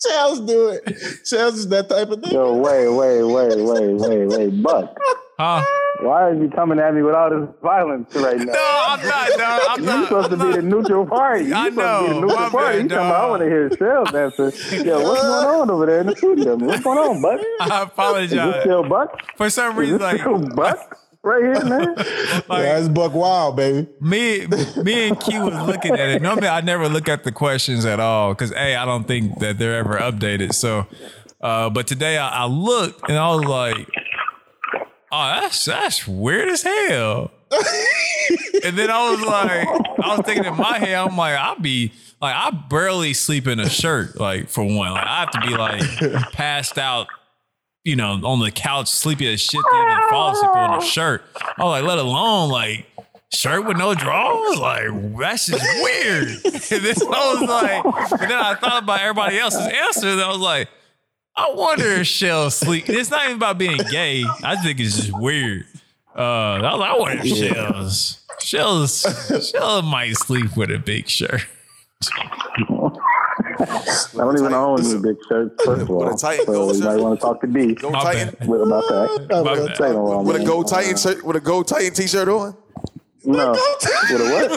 Shells do it. Shells is that type of thing. Yo, wait, wait, wait, wait, wait, wait. Buck, Huh? why are you coming at me with all this violence right now? No, I'm not. No, I'm You not. supposed to I'm be the not. neutral party. <laughs> You I supposed to know. be the My neutral party. bad, You talking about I dog. want to hear Shell's <laughs> answer. Yo, what's going on over there in the studio? man? What's going on, Buck? I Is this apologize still Buck? for some Is reason. this Like, still Buck right <laughs> here, man? like Yeah, that's Buck Wild, baby. me, me and Q was looking at it. Normally, I never look at the questions at all because a, I don't think that they're ever updated. So, uh, but today I, I looked and I was like, "Oh, that's that's weird as hell." and then I was like, I was thinking in my head, I'm like, I be like, I barely sleep in a shirt. Like for one, like I have to be like passed out. You know, on the couch, sleepy as shit, to even fall asleep on a shirt. I was like, let alone like shirt with no drawers? Like that's just weird. <laughs> and then I was like, and then I thought about everybody else's answers. And I was like, I wonder if Shell sleep. It's not even about being gay. I think it's just weird. Uh, I, was like, I wonder if Shell's Shell's Shell might sleep with a big shirt. I don't even own this big shirt, first of all. With a Titan So gold you might shirt. want to talk to D Go My Titan. bad. with- about that. My Say bad. no more, With a man. gold Titan shirt, with a gold Titan t-shirt on. No. With a what?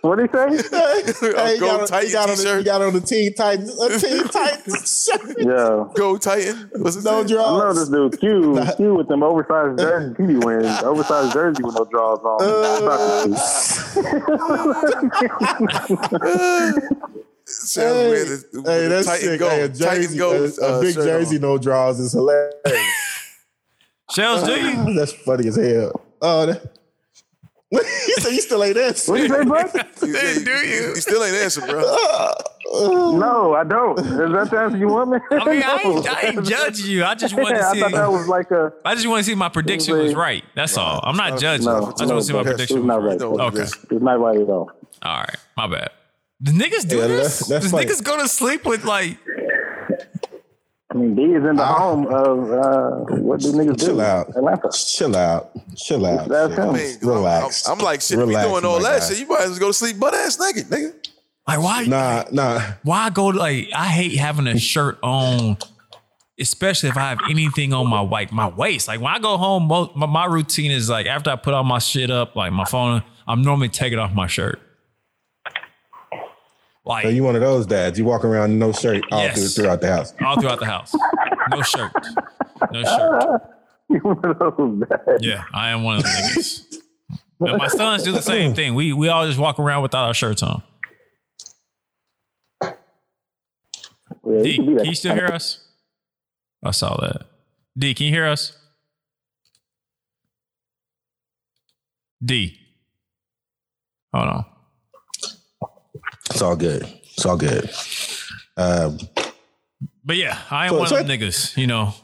What did he say? Hey, he Go got on- Titan he got on the- t-shirt. He got on the Teen Titans. A Teen Titans shirt. Yo. Go Titan. Was it No I love draws. this dude. <laughs> Q, Q with them oversized jerseys. He be wearing oversized jersey with no draws on. Uh. Sounds weird. The- Hey, the that's Titan sick. Go. Hey, a Titan jersey, Go, a, a uh, big shirt on. jersey, no draws is hilarious. Shells, do you? <laughs> that's funny as hell. Oh, that, <laughs> you said you still ain't answer. <laughs> What do you say, bud? Hey, do you? You still ain't answer, bro. No, I don't. Is that the answer you want me? I mean, I ain't, <laughs> No. I ain't judging you. I just want Yeah, to I see. thought that was like a I just want to see my prediction was right. That's all. I'm not judging. no. I just want to see my no, prediction. It's was not right. right. No, Okay. just- It's not right at all. All right. My bad. The niggas do Yeah, that's- this. that's Does funny. niggas go to sleep with like? I mean, D is in the home of uh, what do niggas Chill do? out. Atlanta. <laughs> Chill out. Chill out. That's him. I mean, I'm- Relax. I'm, I'm like, shit, Relax, we doing all my that guy. shit. You might as well go to sleep butt ass naked, nigga. Like why? Nah, nah. Why go to, like? I hate having a shirt on, especially if I have anything on my like my waist. Like when I go home, most, my, my routine is like after I put all my shit up, like my phone, I'm normally taking off my shirt. Like So you one of those dads. You walk around no shirt all Yes. through, throughout the house. all throughout the house, no shirt, no shirt. You one of those bad. Yeah, I am one of the <laughs> niggas. But my sons do the same thing. We we all just walk around without our shirts on. Yeah, D, you can be can you that. still hear us? I saw that. D, can you hear us? D. Hold on. It's all good. It's all good. Um, But yeah, I am So- one so of the niggas. You know,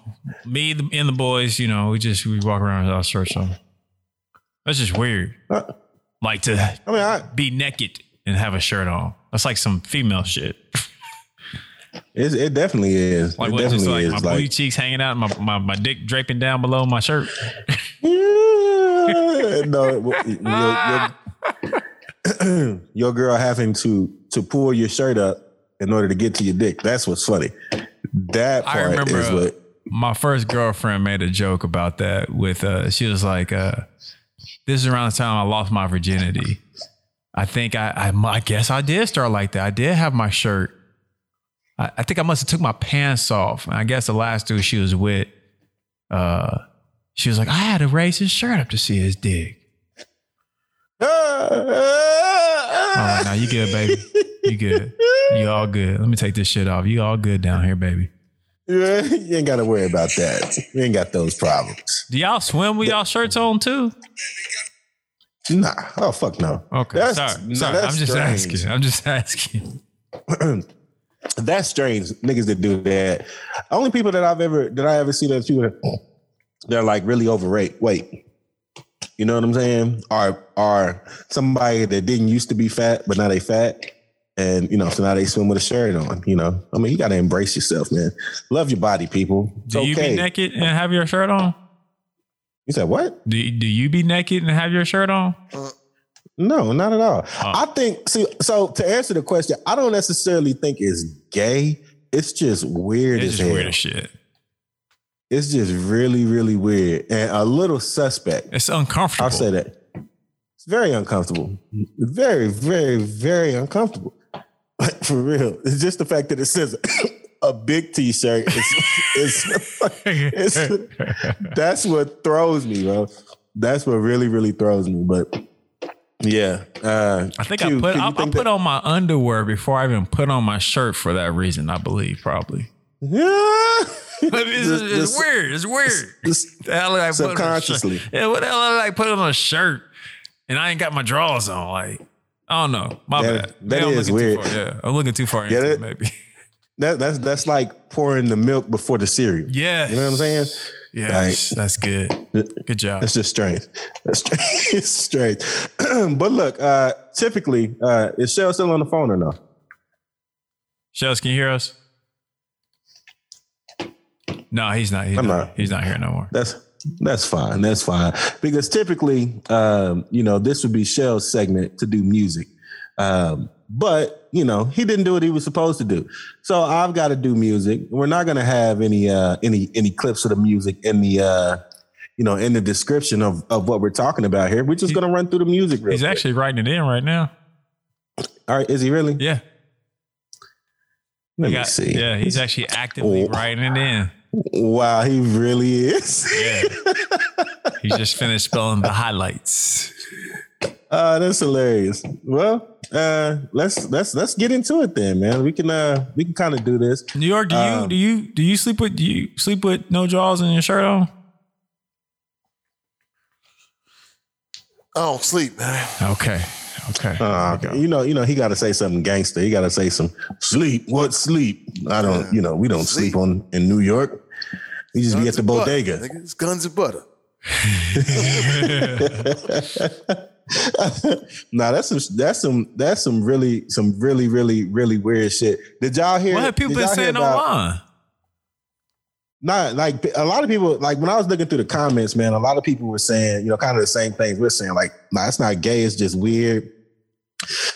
me the- and the boys. You know, we just we walk around without our shirts on. That's just weird. Uh, Like to I mean, I, be naked and have a shirt on. That's like some female shit. it, it definitely is. Like it what? Just definitely like is. my like, booty cheeks hanging out, my, my my dick draping down below my shirt. Yeah. no, it w- your, Ah. your- <clears throat> your girl having to to pull your shirt up in order to get to your dick. That's what's funny. That I part remember, is uh, what. My first girlfriend made a joke about that. With uh, she was like, uh, "This is around the time I lost my virginity. I think I I, mu- I guess I did start like that. I did have my shirt. I, I think I must have took my pants off. And I guess the last dude she was with, uh, she was like, I had to raise his shirt up to see his dick. All right, now Oh, you good, baby. You good. <laughs> You all good. Let me take this shit off. You all good down here, baby. <laughs> Yeah, you ain't got to worry about that. You ain't got those problems. Do y'all swim with y'all shirts on too? Nah. Oh fuck no. Okay, That's- sorry, no, sorry. that's I'm just strange. asking. I'm just <laughs> asking. <clears throat> That's strange. Niggas that do that. Only people that I've ever that I ever see that people that <clears throat> they're like really overweight. Wait. You know what I'm saying? Are are somebody that didn't used to be fat, but now they fat. And you know, so now they swim with a shirt on. You know, I mean, you gotta embrace yourself, man. Love your body, people. It's Do you be okay. naked and have your shirt on? you said what? Do Do you be naked and have your shirt on? No, not at all. Oh. I think see. So to answer the question, I don't necessarily think it's gay. It's just weird It's as just hell. weird as shit. It's just really, really weird and a little suspect. It's uncomfortable. I'll say that. It's very uncomfortable. Very, very, very uncomfortable. For real. It's just the fact that it says a big t shirt. <laughs> It's, it's, it's, that's what throws me, bro. That's what really, really throws me. But yeah. Uh, I think Q, I put can I, you I think put that- on my underwear before I even put on my shirt for that reason. I believe <laughs> probably. Yeah. But it's, This- it's this- weird. It's weird. this- The hell did I put on a shirt? subconsciously. Yeah, what the hell did I put on a shirt and I ain't got my drawers on? Like, I don't know. My That- bad. that Maybe I'm is looking too weird. far. Yeah, I'm looking too far Get into it, it? maybe. <laughs> That, that's that's like pouring the milk before the cereal. Yeah. You know what I'm saying? Yeah, that's good. Good job. That's just strange. That's strange. <laughs> it's strange. <clears throat> but look, uh, typically, uh, is Shell still on the phone or no? Shells, can you hear us? No, he's not. He's I'm not, not. He's not here no more. That's that's fine. That's fine. Because typically, um, you know, this would be Shell's segment to do music. Um, but you know, he didn't do what he was supposed to do. So I've got to do music. We're not gonna have any uh any any clips of the music in the uh you know, in the description of, of what we're talking about here. We're just He- gonna run through the music real He's quick. actually writing it in right now. All right, is he really? Yeah. Let He me got- see. Yeah, he's actually actively Oh. writing it in. Wow, he really is. <laughs> Yeah. he just finished spelling the highlights. Uh, that's hilarious. Well, uh, let's let's let's get into it then, man. We can uh we can kind of do this. New York, do you Um, do you do you sleep with do you sleep with no drawers and your shirt on? I don't sleep, man. Okay. <laughs> Okay. Uh, you know, you know, he got to say something gangster. He got to say some sleep. What sleep? I don't. You know, we don't sleep, Sleep. on in New York. We just be at Guns the and butter, bodega. nigga. It's guns and butter. <laughs> nah, that's some that's some that's some really some really really really weird shit. Did y'all hear? what have people did been y'all hear saying about- online? Nah, like a lot of people like when I was looking through the comments, man, a lot of people were saying you know kind of the same things we're saying. Like, nah, it's not gay. It's just weird.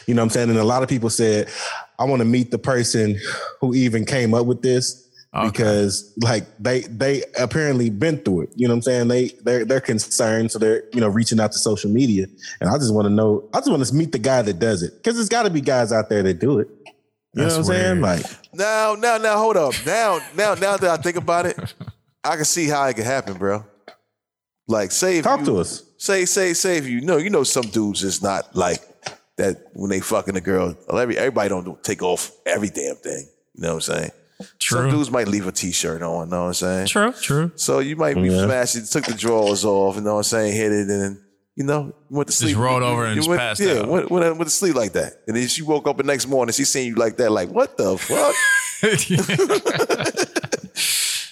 You know what I'm saying? And a lot of people said, I want to meet the person who even came up with this Okay. because like they they apparently been through it. You know what I'm saying? They they're they're concerned, so they're you know reaching out to social media. And I just want to know, I just want to meet the guy that does it. Because there's gotta be guys out there that do it. You That's know what I'm saying? weird. Like Now, now, now, hold up. Now, now, now that I think about it, I can see how it could happen, bro. Like, say if talk you- to us. Say, say, say if you know, you know, some dudes is not like that when they fucking a girl. Every everybody don't do- take off every damn thing. You know what I'm saying? Some True. dudes might leave a t-shirt on. You know what I'm saying? True. <laughs> True. So you might be Yeah. smashing, took the drawers off. You know what I'm saying? Hit it and. You know, went to sleep. rolled over You and just went- passed yeah, out. went, went, went to sleep like that. And then she woke up the next morning, she seen you like that, like, what the fuck?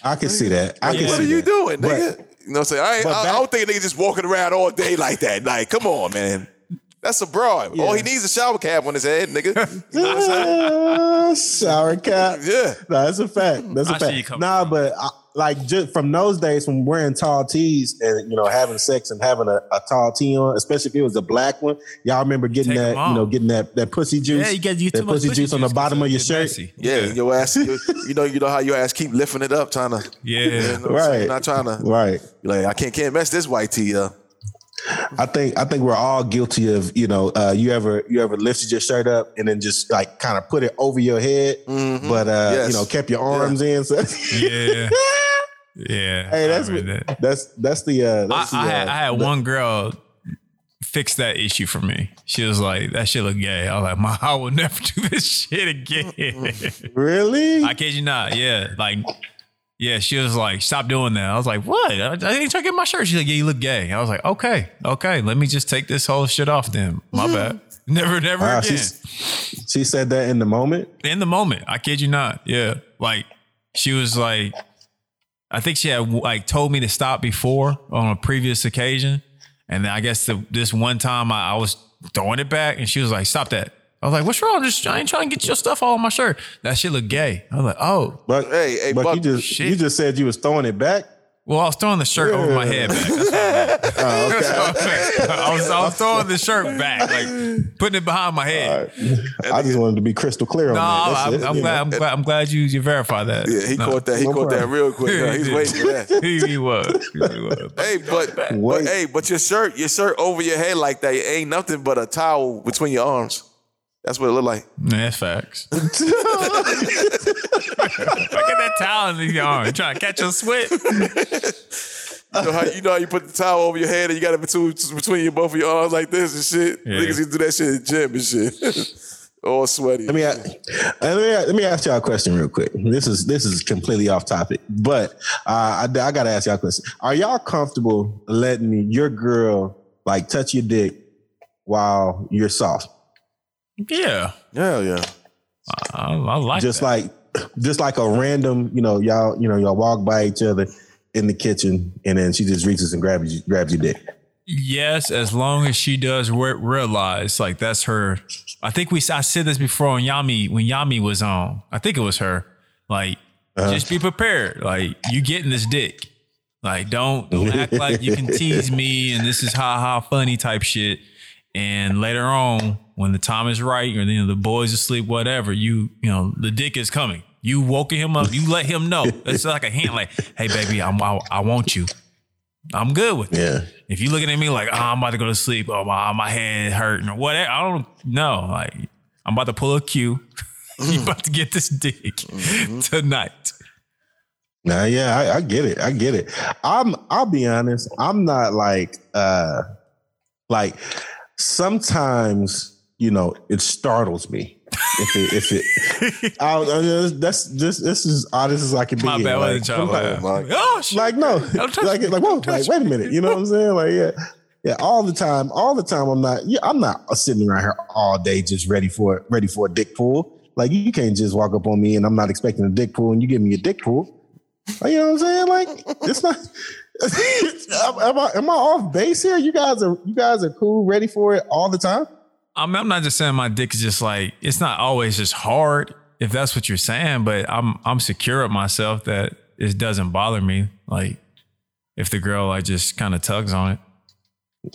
I can see that. I can what see are you that. doing, But- nigga? You know what I'm saying? I, ain't, but I, I back- don't think niggas just walking around all day like that. Like, come on, man. That's a broad. All he needs is a shower cap on his head, <laughs> nigga. You know what I'm saying? Ah, Shower <laughs> cap. Yeah. No, that's a fact. That's a Hmm. I see you fact. coming Nah, but I, like just from those days when wearing tall tees and you know having sex and having a, a tall tee on, especially if it was a black one, y'all remember getting Take that 'em you know off. getting that that pussy juice. Yeah, you get you that too much pussy juice on the 'cause bottom of your it's shirt. messy. Yeah, your ass. You, you know, you know how your ass keep lifting it up, trying to. Yeah. Right. Not trying to. Right. Like, I can't can't mess this white tee up. I think I think we're all guilty of you know uh, you ever you ever lifted your shirt up and then just like kind of put it over your head, but uh, Yes. you know kept your arms in. So Mm-hmm. <laughs> Yeah. Yeah. hey, that's I what, read that. that's that's the uh, I, that's the, I had, uh, I had one girl fix that issue for me. She was like, "That shit look gay." I was like, "My, <laughs> I will never do this <laughs> shit again." really I kid you not. Yeah, like, yeah. She was like, "Stop doing that." I was like, "What?" I, I ain't trying to get my shirt. She's like, "Yeah, you look gay." I was like, "Okay, okay. Let me just take this whole shit off then. <laughs> My bad. Never, never Wow, Ah, again." she's- she said that in the moment. in the moment. I kid you not. Yeah. Like she was like, I think she had like told me to stop before on a previous occasion. And then I guess the, this one time I, I was throwing it back and she was like, stop that. I was like, what's wrong? Just, I ain't trying to get your stuff all on my shirt. That shit look gay. I was like, oh, But Hey, hey, but Buck, you just shit. you just said you was throwing it back. well, I was throwing the shirt over my head back. That's all. <laughs> Oh, okay. I, was, I was throwing the shirt back, like putting it behind my head. I just wanted to be crystal clear on No, that. That's I'm, it, I'm you glad, know. I'm glad. I'm glad you you verified that. Yeah, he No. caught that. He no caught that problem. real quick. Yeah, Yeah, he he's <laughs> did. waiting for that. he, <laughs> he was. He was. Hey, but, but What? hey, but your shirt, your shirt over your head like that ain't nothing but a towel between your arms. That's what it look like. Nah, that's facts. <laughs> Look at that towel in your arm. Trying to catch a sweat. You know how you, know how you put the towel over your head and you got it between between your both of your arms like this and shit. Yeah. Niggas can do that shit in the gym and shit. <laughs> All sweaty. Let me, a- let me let me ask y'all a question real quick. This is this is completely off topic, but uh, I, I gotta ask y'all a question. Are y'all comfortable letting your girl like touch your dick while you're soft? Yeah. Hell yeah. I, I like just that. like just like a random, you know, y'all, you know, y'all walk by each other in the kitchen, and then she just reaches and grabs you, grabs your dick. Yes, as long as she does re- realize, like that's her. I think we I said this before on Yami when Yami was on. I think it was her. Like, just be prepared. Like you getting this dick. Like don't don't act like you can tease me and this is ha ha funny type shit. And later on, when the time is right, or you know, the boys asleep, whatever, you you know the dick is coming. You woke him up. You let him know. It's like a hint, like, hey baby, I'm, I I want you I'm good with it. Yeah. If you looking at me like, oh, I'm about to go to sleep, oh my my head hurting or whatever, I don't know. Like I'm about to pull a Q. <laughs> you about to get this dick Mm-hmm. tonight. Nah, yeah, I, I get it. I get it. I'm I'll be honest, I'm not like uh like sometimes, you know, it startles me. If it if <laughs> it I, I just, that's this this is honest as I can be. My bad, I Like, wasn't trying to laugh. sometimes- Oh shit. like no, Don't touch like me. like whoa, Don't touch like wait a minute. You know what I'm saying? Like yeah, yeah. All the time, all the time. I'm not. Yeah, I'm not sitting around here all day just ready for ready for a dick pull. Like you can't just walk up on me and I'm not expecting a dick pull and you give me a dick pull. Like, you know what I'm saying? Like it's not. <laughs> am, am I, am I off base here? You guys are you guys are cool, ready for it all the time. <laughs> I mean, I'm not just saying my dick is just like it's not always just hard if that's what you're saying, but I'm I'm secure of myself that it doesn't bother me. Like if the girl like just kind of tugs on it,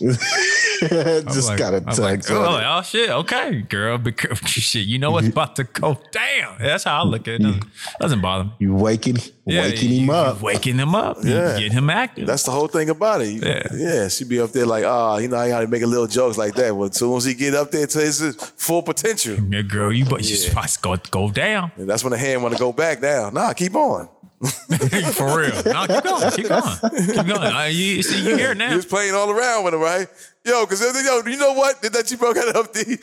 I'm just like- gotta I'm tag. Like, oh, like, oh shit, okay, girl, because <laughs> shit, you know what's about to go down. That's how I look at it. Doesn't, doesn't bother me. you waking waking you- him you up. waking him up, yeah, Yeah. get him active. That's the whole thing about it. You- Yeah. yeah, she'd be up there like, ah, you know, I gotta make a little jokes like that. Well, as soon as he get up there to his full potential, yeah, girl, you but you just about to go, go down <laughs> <laughs> and that's when the hand want to go back down. Nah, keep on. for real. No, keep going, keep going, keep going. Uh, you see, you here You now. was playing all around with him, right? Yo, because yo, you know what? Did that you broke out up <laughs> the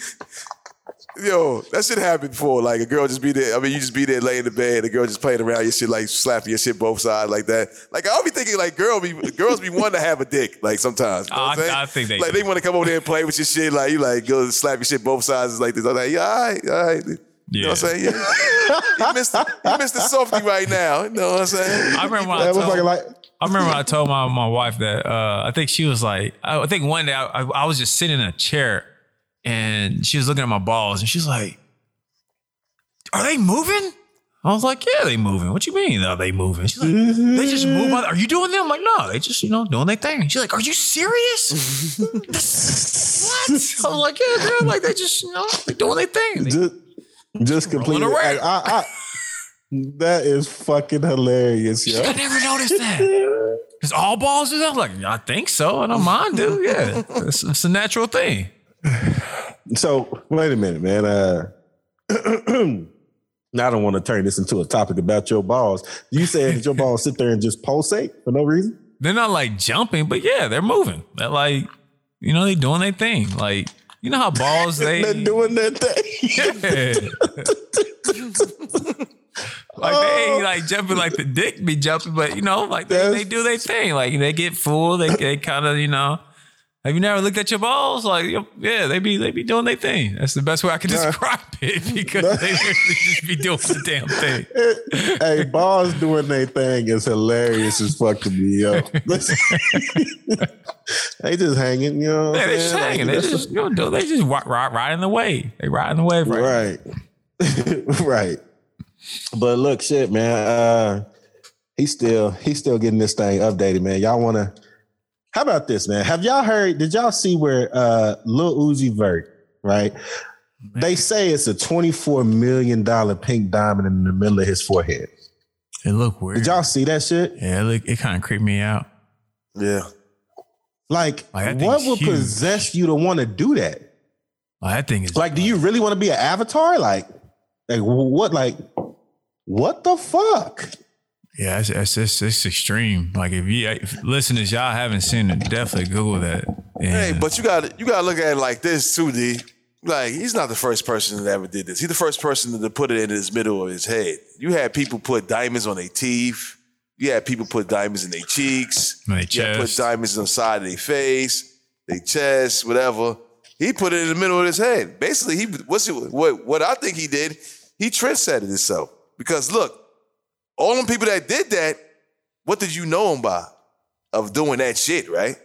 Yo, that shit happened before. Like a girl just be there. I mean, you just be there laying in the bed, the girl just playing around your shit, like slapping your shit both sides like that. Like I'll be thinking, like girl be girls be wanting to have a dick, like sometimes. You know what I'm Oh, I- saying? I think they like do. they want to come over there and play with your shit. Like you like go slap your shit both sides like this. I'm like, yeah, all right, all right. You know what I'm Yeah. saying? Yeah. he missed he missed the softy right now. You know what I'm saying? I remember when I That was told- like like I remember when I told my, my wife that uh, I think she was like, I, I think one day I, I, I was just sitting in a chair and she was looking at my balls and she's like, Are they moving? I was like, Yeah, they moving. What you mean? Are they moving? She's like, They <laughs> just move. By, are you doing them? I'm like, No, they just, you know, doing their thing. She's like, Are you serious? what? I was like, Yeah, girl, like they just, you know, they doing their thing. They- just, just completely. around. like, I, I, that is fucking hilarious, She's yo. <laughs> like, I never noticed that. It's all balls is up. Like, I think so. I don't mind, dude. Yeah. It's, it's a natural thing. So wait a minute, man. Uh, <clears throat> now I don't want to turn this into a topic about your balls. You said that your balls sit there and just pulsate for no reason. They're not like jumping, but yeah, they're moving. They're like, you know, they doing their thing. Like, you know how balls they <laughs> They're <laughs> doing that Yeah. thing. <laughs> like they ain't <laughs> like jumping like the dick be jumping, but you know, like they, That's- they do their thing. Like they get full, they they kind of you know. Have you never looked at your balls? Like yeah, they be they be doing their thing. That's the best way I can describe it <laughs> because they literally just be doing the damn thing. hey, balls doing their thing is hilarious as fuck to me, yo. <laughs> they just hanging, you know. what Yeah, I'm they just saying? Like, hanging. They that's- just you know, they just ri- ri- riding the wave. They riding the wave right right right <laughs> but look shit man uh he's still he's still getting this thing updated man y'all want to how about this man have y'all heard did y'all see where uh lil uzi vert right they say it's a 24 million dollar pink diamond in the middle of his forehead It looked weird. did y'all see that shit yeah, it look, it kind of creeped me out. Yeah. like Like, that what thing's would huge. possess you to want to do that Like, that thing is Like, do you really want to be an avatar? Like, like what? Like, what the fuck? yeah, it's, it's, it's, it's extreme. Like if you if listeners, y'all haven't seen it, definitely Google that. And Hey, but you got to you got to look at it like this too, D. Like he's not the first person that ever did this. He's the first person to put it in his middle of his head. You had people put diamonds on their teeth. You had people put diamonds in their cheeks. On their you had put chest. diamonds on the side of their face, their chest, whatever. He put it in the middle of his head. Basically, he what's it, what what I think he did. He trendsetted himself because look, all them people that did that, what did you know them by? Of doing that shit, right?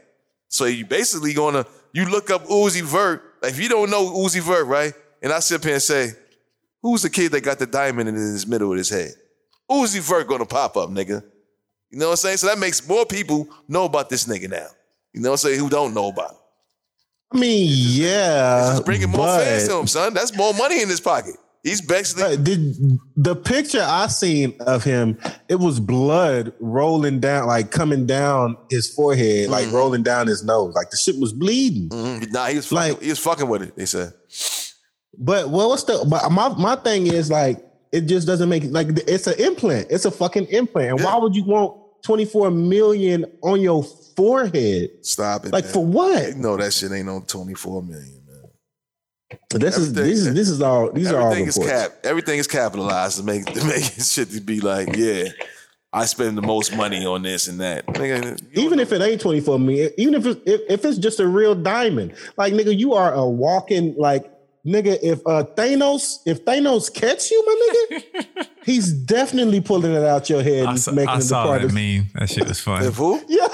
So you basically gonna you look up Uzi Vert. Like if you don't know Uzi Vert, right? And I sit up here and say, who's the kid that got the diamond in his middle of his head? Uzi Vert gonna pop up, nigga. You know what I'm saying? So that makes more people know about this nigga now. You know what I'm saying? Who don't know about him. I mean, yeah, It's bringing more but fans to him, son. That's more money in his pocket. He's basically But did the picture I seen of him? It was blood rolling down, like coming down his forehead, like rolling down his nose. Like the shit was bleeding. Mhm. nah. He was fucking, Like- he was fucking with it. They said But well, what's the? But my my thing is like it just doesn't make like it's an implant. It's a fucking implant. And why would you want twenty four million on your forehead? stop it. Like man. for what? You know that shit ain't on twenty four million. Man. This is Everything- this is this is all these are all Everything is reports. cap. Everything is capitalized to make to <laughs> make shit to be like yeah. I spend the most money on this and that. Nigga, you even if it ain't 24 million, even if it's, if, if it's just a real diamond, like nigga, you are a walking like nigga. If uh Thanos, if Thanos catch you, my nigga, <laughs> he's definitely pulling it out your head I and saw, making I it a saw part that of meme. That shit was funny. if who? <laughs> yeah.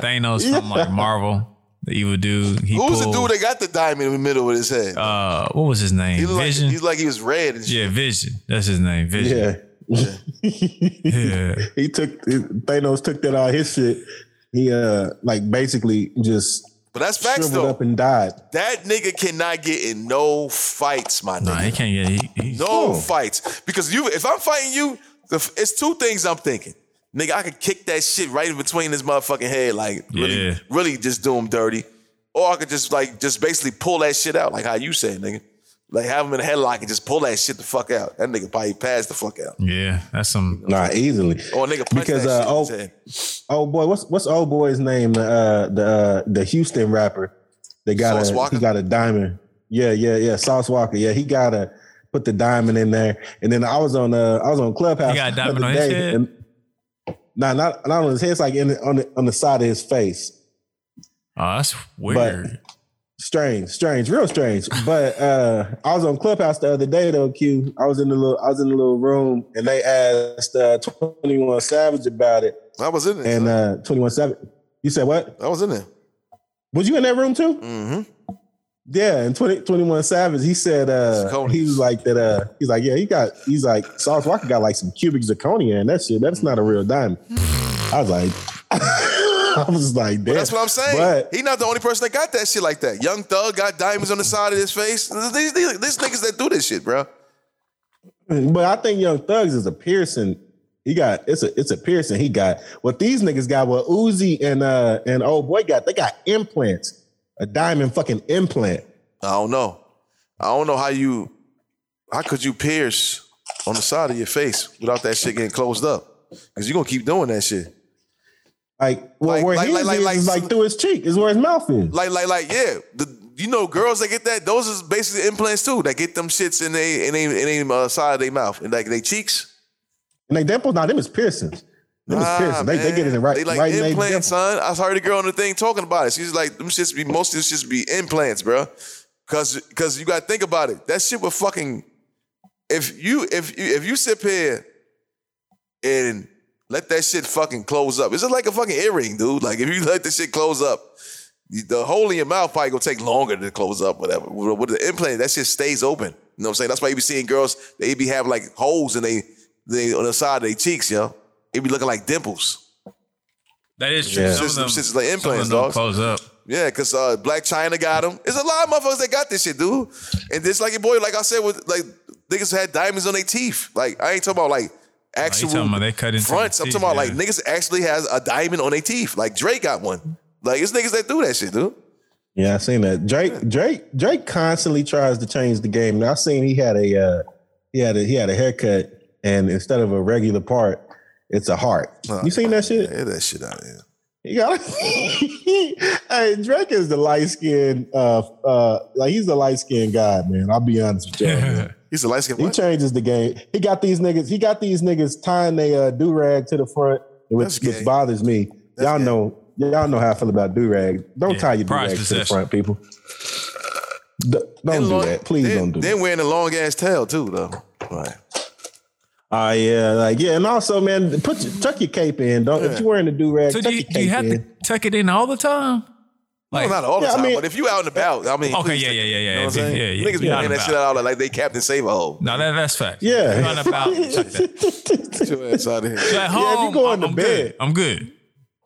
Thanos from like Marvel, the evil dude. He Who's the pulled, dude that got the diamond in the middle of his head? uh, what was his name? he looked like, Vision. he's like he was red and shit. yeah, Vision. That's his name. Vision. Yeah. Yeah. he took Thanos took that out of his shit. He uh like basically just But that's facts shriveled though. up and died. That nigga cannot get in no fights, my nigga. Nah, he can't get. He, he, no fights because you. If I'm fighting you, the, f- it's two things I'm thinking. Nigga, I could kick that shit right in between his motherfucking head, like really, Yeah. really just do him dirty, or I could just like just basically pull that shit out, like how you said, nigga. Like have him in a headlock and just pull that shit the fuck out. That nigga probably passed the fuck out. Yeah, that's some. Nah, easily. Or a nigga punch Because, that uh, shit in his oh- head. Oh boy, what's what's old boy's name? Uh, the uh, the Houston rapper. They got Sauce a Walker? he got a diamond. Yeah, yeah, yeah. Sauce Walker. Yeah, he got a put the diamond in there. And then I was on uh I was on Clubhouse. He got a the diamond other on his head? and- Nah, not not on his head. It's like in the, on the on the side of his face. Oh, that's weird. Strange, strange, real strange. But uh I was on Clubhouse the other day though, Q. I was in the little I was in the little room and they asked uh 21 Savage about it. I was in there. And son. uh 21 Savage. You said what? I was in there. Was you in that room too? hmm Yeah, and 20, 21 Savage, he said uh Zirconia. he was like that uh he's like, Yeah, he got he's like Sauce Walker got like some cubic zirconia and that shit. That's not a real diamond. I was like <laughs> I was like, damn. But that's what I'm saying. But he not the only person that got that shit like that. Young Thug got diamonds on the side of his face. These, these, these niggas that do this shit, bro. but I think Young Thugs is a piercing. He got it's a it's a piercing he got. What these niggas got, what Uzi and uh and old boy got, they got implants. A diamond fucking implant. I don't know. I don't know how you, how could you pierce on the side of your face without that shit getting closed up? Because you're gonna keep doing that shit. Like, well, Like- where like- his like- like- is, like- is like through his cheek, is where his mouth is. Like, like, like, yeah. The, you know, girls that get that, those is basically implants too. That get them shits in they in they in they uh, side of their mouth and like they cheeks. And they dimples, now them is piercings. Them is piercings. They, they Ah, man. get in the right, They like right in they dimple. implants, son. I heard a girl on the thing talking about it. She's like, them shits be most of this shits be implants, bro. Cause cause you gotta think about it. That shit would fucking if you if you if you sit here and let that shit fucking close up. It's just like a fucking earring, dude. Like if you let the shit close up, the hole in your mouth probably gonna take longer to close up, whatever. With with the implant, that shit stays open. You know what I'm saying? That's why you be seeing girls, they be having like holes in they they on the side of their cheeks, yo. It be looking like dimples. That is true. Yeah. Some of System- them, systems like some of implants, them don't dogs. close up. Yeah, because uh, Black China got them. There's a lot of motherfuckers that got this shit, dude. And just like your boy, like I said, with like niggas had diamonds on their teeth. Like I ain't talking about like Like, you actual talking about they cut into the fronts. I'm teeth, talking about like yeah. niggas actually has a diamond on their teeth. Like Drake got one. Like it's niggas that do that shit, dude. Yeah, I seen that. Drake, Drake, Drake constantly tries to change the game. Now I seen he had a uh, he had a he had a haircut, and instead of a regular part, it's a heart. Huh. You seen that shit? Yeah, that shit out here. He got <laughs> hey, Drake is the light skinned uh uh like he's the light skinned guy, man. I'll be honest with you. man. He's a light skinned He black. changes the game. He got these niggas, he got these niggas tying their uh, do rag to the front, That's which gay. which bothers me. That's y'all gay. know y'all know how I feel about do rag. Don't Yeah, tie your do prize rag to the possession. front, people. D- don't do that. Please then, don't do Then that. wearing a long ass tail too, though. Right. Oh yeah, like yeah, and also man, put your, tuck your cape in. Don't if you're wearing a do rag, So tuck do your you, cape do you have in. to tuck it in all the time? Well, Like, not all the Yeah, I time, mean- but if you out and about, I mean, Oh, okay, please yeah, take- yeah, yeah, yeah, You know what I'm yeah, saying? yeah, yeah. Niggas be Yeah, wearing that about- shit out like they Captain Save a hole. no, that, that's fact. Yeah. Run about, <laughs> tuck that. Get your ass out of here. So at home, if you go I'm, into I'm bed. good. I'm good.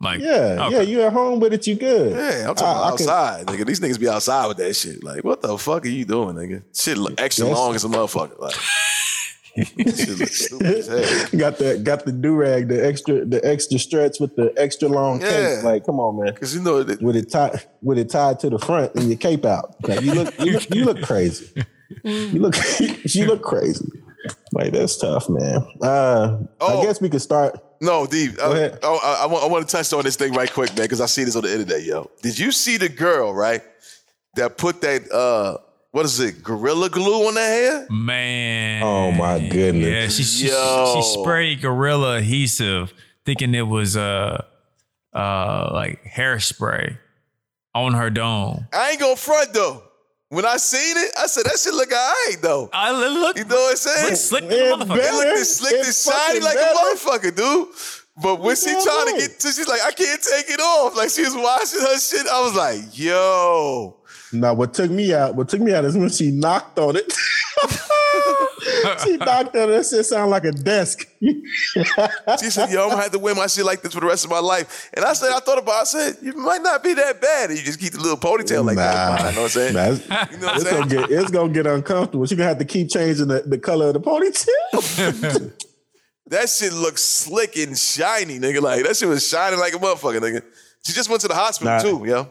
Like, Yeah, okay. yeah, you at home with it, you good. Yeah, I'm talking I- I about can- outside, nigga. These niggas be outside with that shit. Like, what the fuck are you doing, nigga? Shit look extra Yes. <laughs> long as a motherfucker. Like, Shit look stupid as hell. <laughs> got the got the do rag, the extra the extra stretch with the extra long Yeah. cape. Like, come on, man. Cause you know that With it tied with it tied to the front and your cape out. Like, you look you look, you look crazy. You look <laughs> you look crazy. Like that's tough, man. Uh, Oh. I guess we could start. No, D. Uh, ahead. oh, I, I, want, I want to touch on this thing right quick, man, because I see this on the internet, yo. Did you see the girl, right, that put that, uh, what is it, Gorilla Glue on her hair? Man. Oh my goodness. Yeah, she she, Yo. she sprayed gorilla adhesive thinking it was uh uh like hairspray on her dome. I ain't gonna front, though. When I seen it, I said, that shit look all right, though. I li- look You know what I'm look saying? slick Yeah, motherfucker. It looked as slick and It's shiny fucking like a better. motherfucker, dude. But when she damn trying to right. get, to, she's like, I can't take it off. Like, she was washing her shit. I was like, yo. Now, what took me out? What took me out is when she knocked on it. <laughs> she knocked on it. That shit sounded like a desk. She said, "Yo, I'm gonna have to wear my shit like this for the rest of my life." And I said, "I thought about. It. I said, you might not be that bad. And you just keep the little ponytail like that. You know what I'm saying? Nah, it's, You know what I'm it's gonna saying? get it's gonna get uncomfortable. She's gonna have to keep changing the, the color of the ponytail. <laughs> That shit looks slick and shiny, nigga. Like that shit was shining like a motherfucker, nigga. She just went to the hospital Nah. too, yo.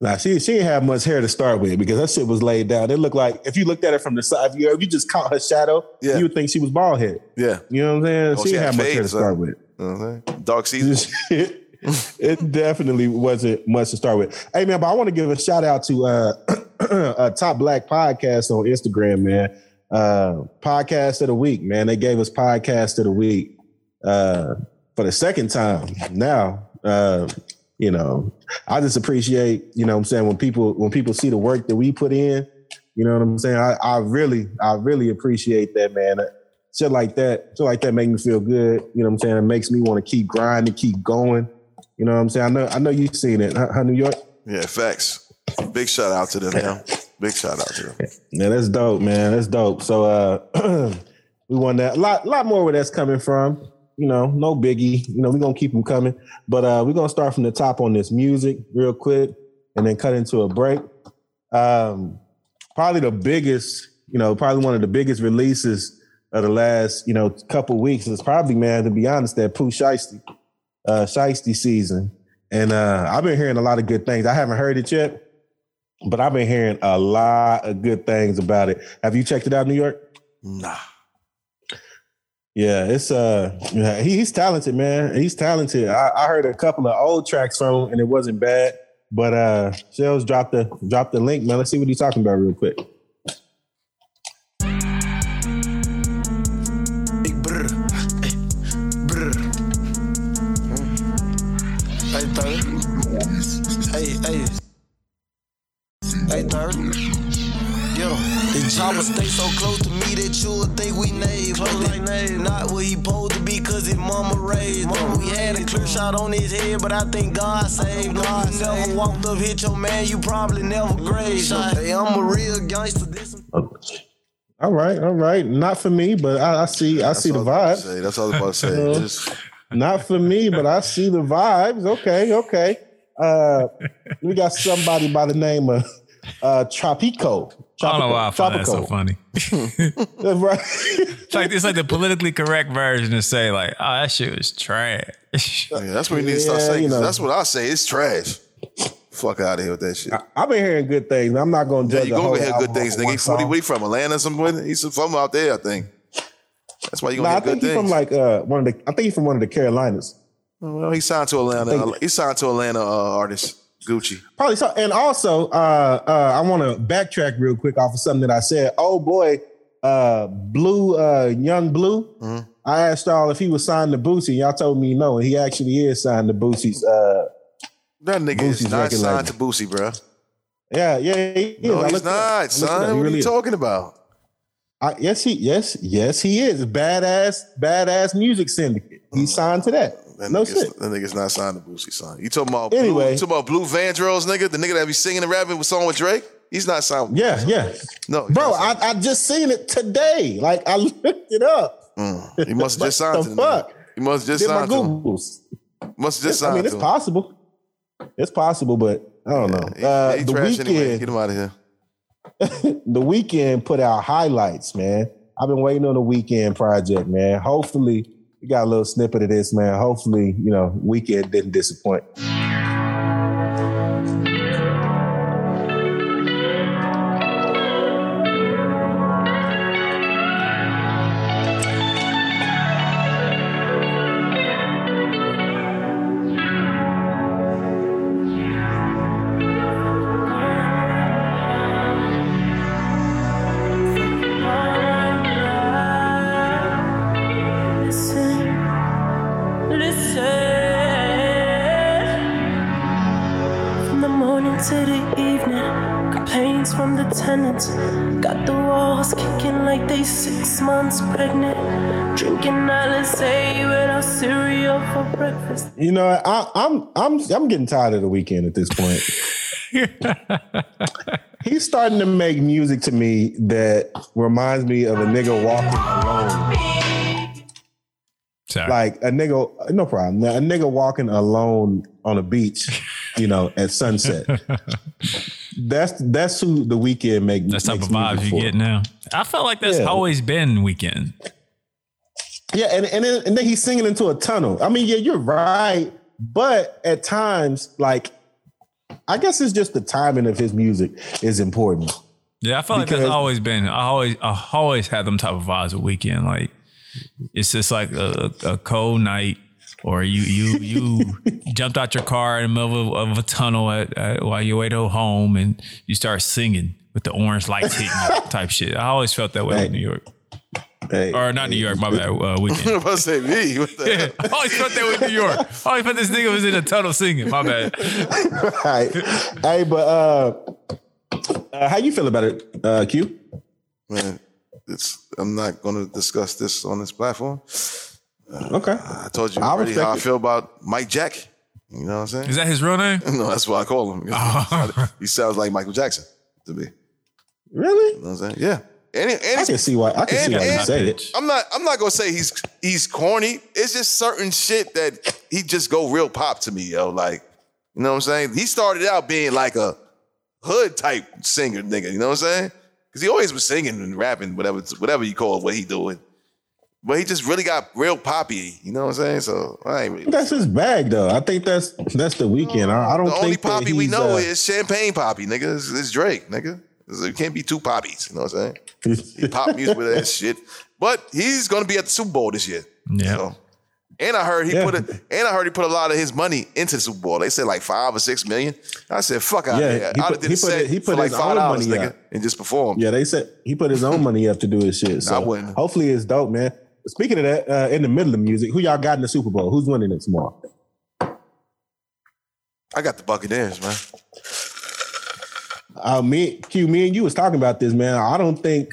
nah, she she didn't have much hair to start with because that shit was laid down. It looked like if you looked at it from the side, if you, if you just caught her shadow, Yeah. you would think she was bald headed. Yeah, You know what I'm saying? Oh, she she didn't had have much hair to fades, huh? start with. you know what I'm saying? Dark season. it, <laughs> it definitely wasn't much to start with. Hey man, but I want to give a shout out to uh, <clears throat> uh Top Black Podcast on Instagram, man. Uh podcast of the week, man. They gave us podcast of the week uh for the second time now. Uh you know, I just appreciate, you know what I'm saying, when people when people see the work that we put in, you know what I'm saying? I, I really, I really appreciate that, man shit like that, shit like that make me feel good. You know what I'm saying? It makes me want to keep grinding, keep going. You know what I'm saying? I know, I know you've seen it, huh, huh, New York. Yeah, facts. Big shout out to them, yo. Big shout out to them. Yeah, that's dope, man. That's dope. So uh <clears throat> we want that a lot, lot more where that's coming from. You know, no biggie. You know, we're gonna keep them coming. But uh we're gonna start from the top on this music real quick and then cut into a break. Um probably the biggest, you know, probably one of the biggest releases of the last, you know, couple weeks is probably, man, to be honest, that Pooh Shiesty, uh Shiesty season. And uh I've been hearing a lot of good things. I haven't heard it yet but I've been hearing a lot of good things about it. Have you checked it out, New York? Nah, Yeah, it's uh, yeah, he, he's talented, man. He's talented. I, I heard a couple of old tracks from him, and it wasn't bad. But uh, Shells dropped the dropped the link, man. Let's see what he's talking about real quick. Hey, third. Hey, hey. Hey, third. Yo, the chopper stay so close to me that you would think we naive. But like naive. Not what he supposed to be, cause his mama raised him. We had a clear shot on his head, but I think God saved him. God never walked up, hit your man, you probably never grazed him. Hey, I'm a real gangster, this some Oh. All right, all right. Not for me, but I, I see I see the all I was about vibes. to say. That's all I was <laughs> about to say. Just- Not for me, but I see the vibes. Okay, okay. Uh, we got somebody by the name of uh, Tropico. Tropico. I don't know why I find that so Tropico. funny. <laughs> Right. It's like it's like the politically correct version to say like, oh, that shit was trash. <laughs> yeah, that's what we need to start Yeah, saying. you know. That's what I say. It's trash. Fuck out of here with that shit. I've been hearing good things. I'm not going to Yeah, judge. you a gonna whole hear album good things, off of nigga. one He's from, song. where he from? Atlanta or something? He's from out there, I think. That's why you gonna Nah, hear I good think he's things. from like uh, one of the. I think he's from one of the Carolinas. well, he signed to Atlanta. I think- he signed to Atlanta uh, artist Gucci. Probably so. And also, uh, uh, I want to backtrack real quick off of something that I said. Oh boy, uh, Blue, uh, Young Blue. Mm-hmm. I asked y'all if he was signed to Boosie. Y'all told me no, and he actually is signed to Boosie's. Uh, That nigga is Boosie's not record signed label. to Boosie, bro. yeah, yeah, he is. No, I he's looked it up. I not, looked it son. up. He what are really you is. talking about? I, yes, he. Yes, yes, he is. Badass, badass music syndicate. He's signed to that. Oh, That, No nigga's, shit. that nigga's not signed to Boosie, son. You talking about Blue, Anyway. you talking about Blue Vandross, nigga? The nigga that be singing and rapping with song with Drake? He's not signed. Yeah, yeah. No, he's Bro, not I, signed. I just seen it today. Like I <laughs> looked it up. Mm. he must have just What signed the to the nigga. fuck? He must have just Did my signed to him. Googles. Must have just I signed mean, it's to him. possible. It's possible, but I don't know. He- uh, he the trash weekend, anyway. Get him out of here. the weekend put out highlights, man. I've been waiting on a weekend project, man. Hopefully, we got a little snippet of this, man. Hopefully, you know, weekend didn't disappoint. From the morning to the evening, complaints from the tenants. Got the walls kicking like they six months pregnant. Drinking Alizé without cereal for breakfast. You know, I, I'm I'm I'm getting tired of the weekend at this point. He's starting to make music to me that reminds me of a nigga walking alone. Sorry. Like a nigga, no problem. A nigga walking alone on a beach, you know, at sunset. that's that's who the weekend make. That's type makes of vibes music you for. get now. I felt like that's Yeah. always been weekend. Yeah, and and then, and then he's singing into a tunnel. I mean, yeah, you're right, but at times, like, I guess it's just the timing of his music is important. Yeah, I felt like Because- that's always been. I always, I always had them type of vibes of weekend. Like it's just like a, a cold night, or you you <laughs> you jumped out your car in the middle of, of a tunnel at, at, while you way to home, and you start singing with the orange lights hitting <laughs> you type shit. I always felt that way Hey. in New York, Hey, or not New York, my bad, uh, <laughs> I'm weekend. about to say me. What the hell? <laughs> I always felt Oh, that way in New York. I always felt this nigga was in a tunnel singing. My bad. right. hey, but uh, uh, how you feel about it, uh, Q? Man, it's I'm not gonna discuss this on this platform. Okay, I told you I already how I respect it. feel about Mike Jack. You know what I'm saying? Is Uh-huh. that his real name? <laughs> <laughs> no, that's what I call him. he sounds like Michael Jackson to me. You really? know what I'm saying? Yeah. And, and I it's- can see why. I can And- see why you and- say it. I'm not I'm not gonna say he's he's corny. It's just certain shit that he just go real pop to me, yo. Like, you know what I'm saying? He started out being like a hood type singer nigga, you know what I'm saying? Because he always was singing and rapping, whatever whatever you call it, what he doing. But he just really got real poppy, you know what I'm saying? So I ain't really That's his bag, though. I think that's that's the weekend. I, I don't the think only that poppy we he's, know uh, is champagne poppy, nigga. It's, it's Drake, nigga. It's- It can't be two poppies, you know what I'm saying? He pop music with that shit. But he's gonna be at the Super Bowl this year. Yeah. So, and I heard he Yeah. put a, and I heard he put a lot of his money into the Super Bowl. They said like five or six million. I said, fuck out Yeah, of here. he I'd put- have did he a put set it- he for put like his own five dollars, money nigga, out. and just perform. <laughs> Yeah, they said he put his own money up to do his shit. So I wouldn't. hopefully it's dope, man. Speaking of that, uh, in the middle of music, who y'all got in the Super Bowl? Who's winning it tomorrow? I got the Buccaneers, man. Uh, me, Q, me and you was talking about this, man. I don't think,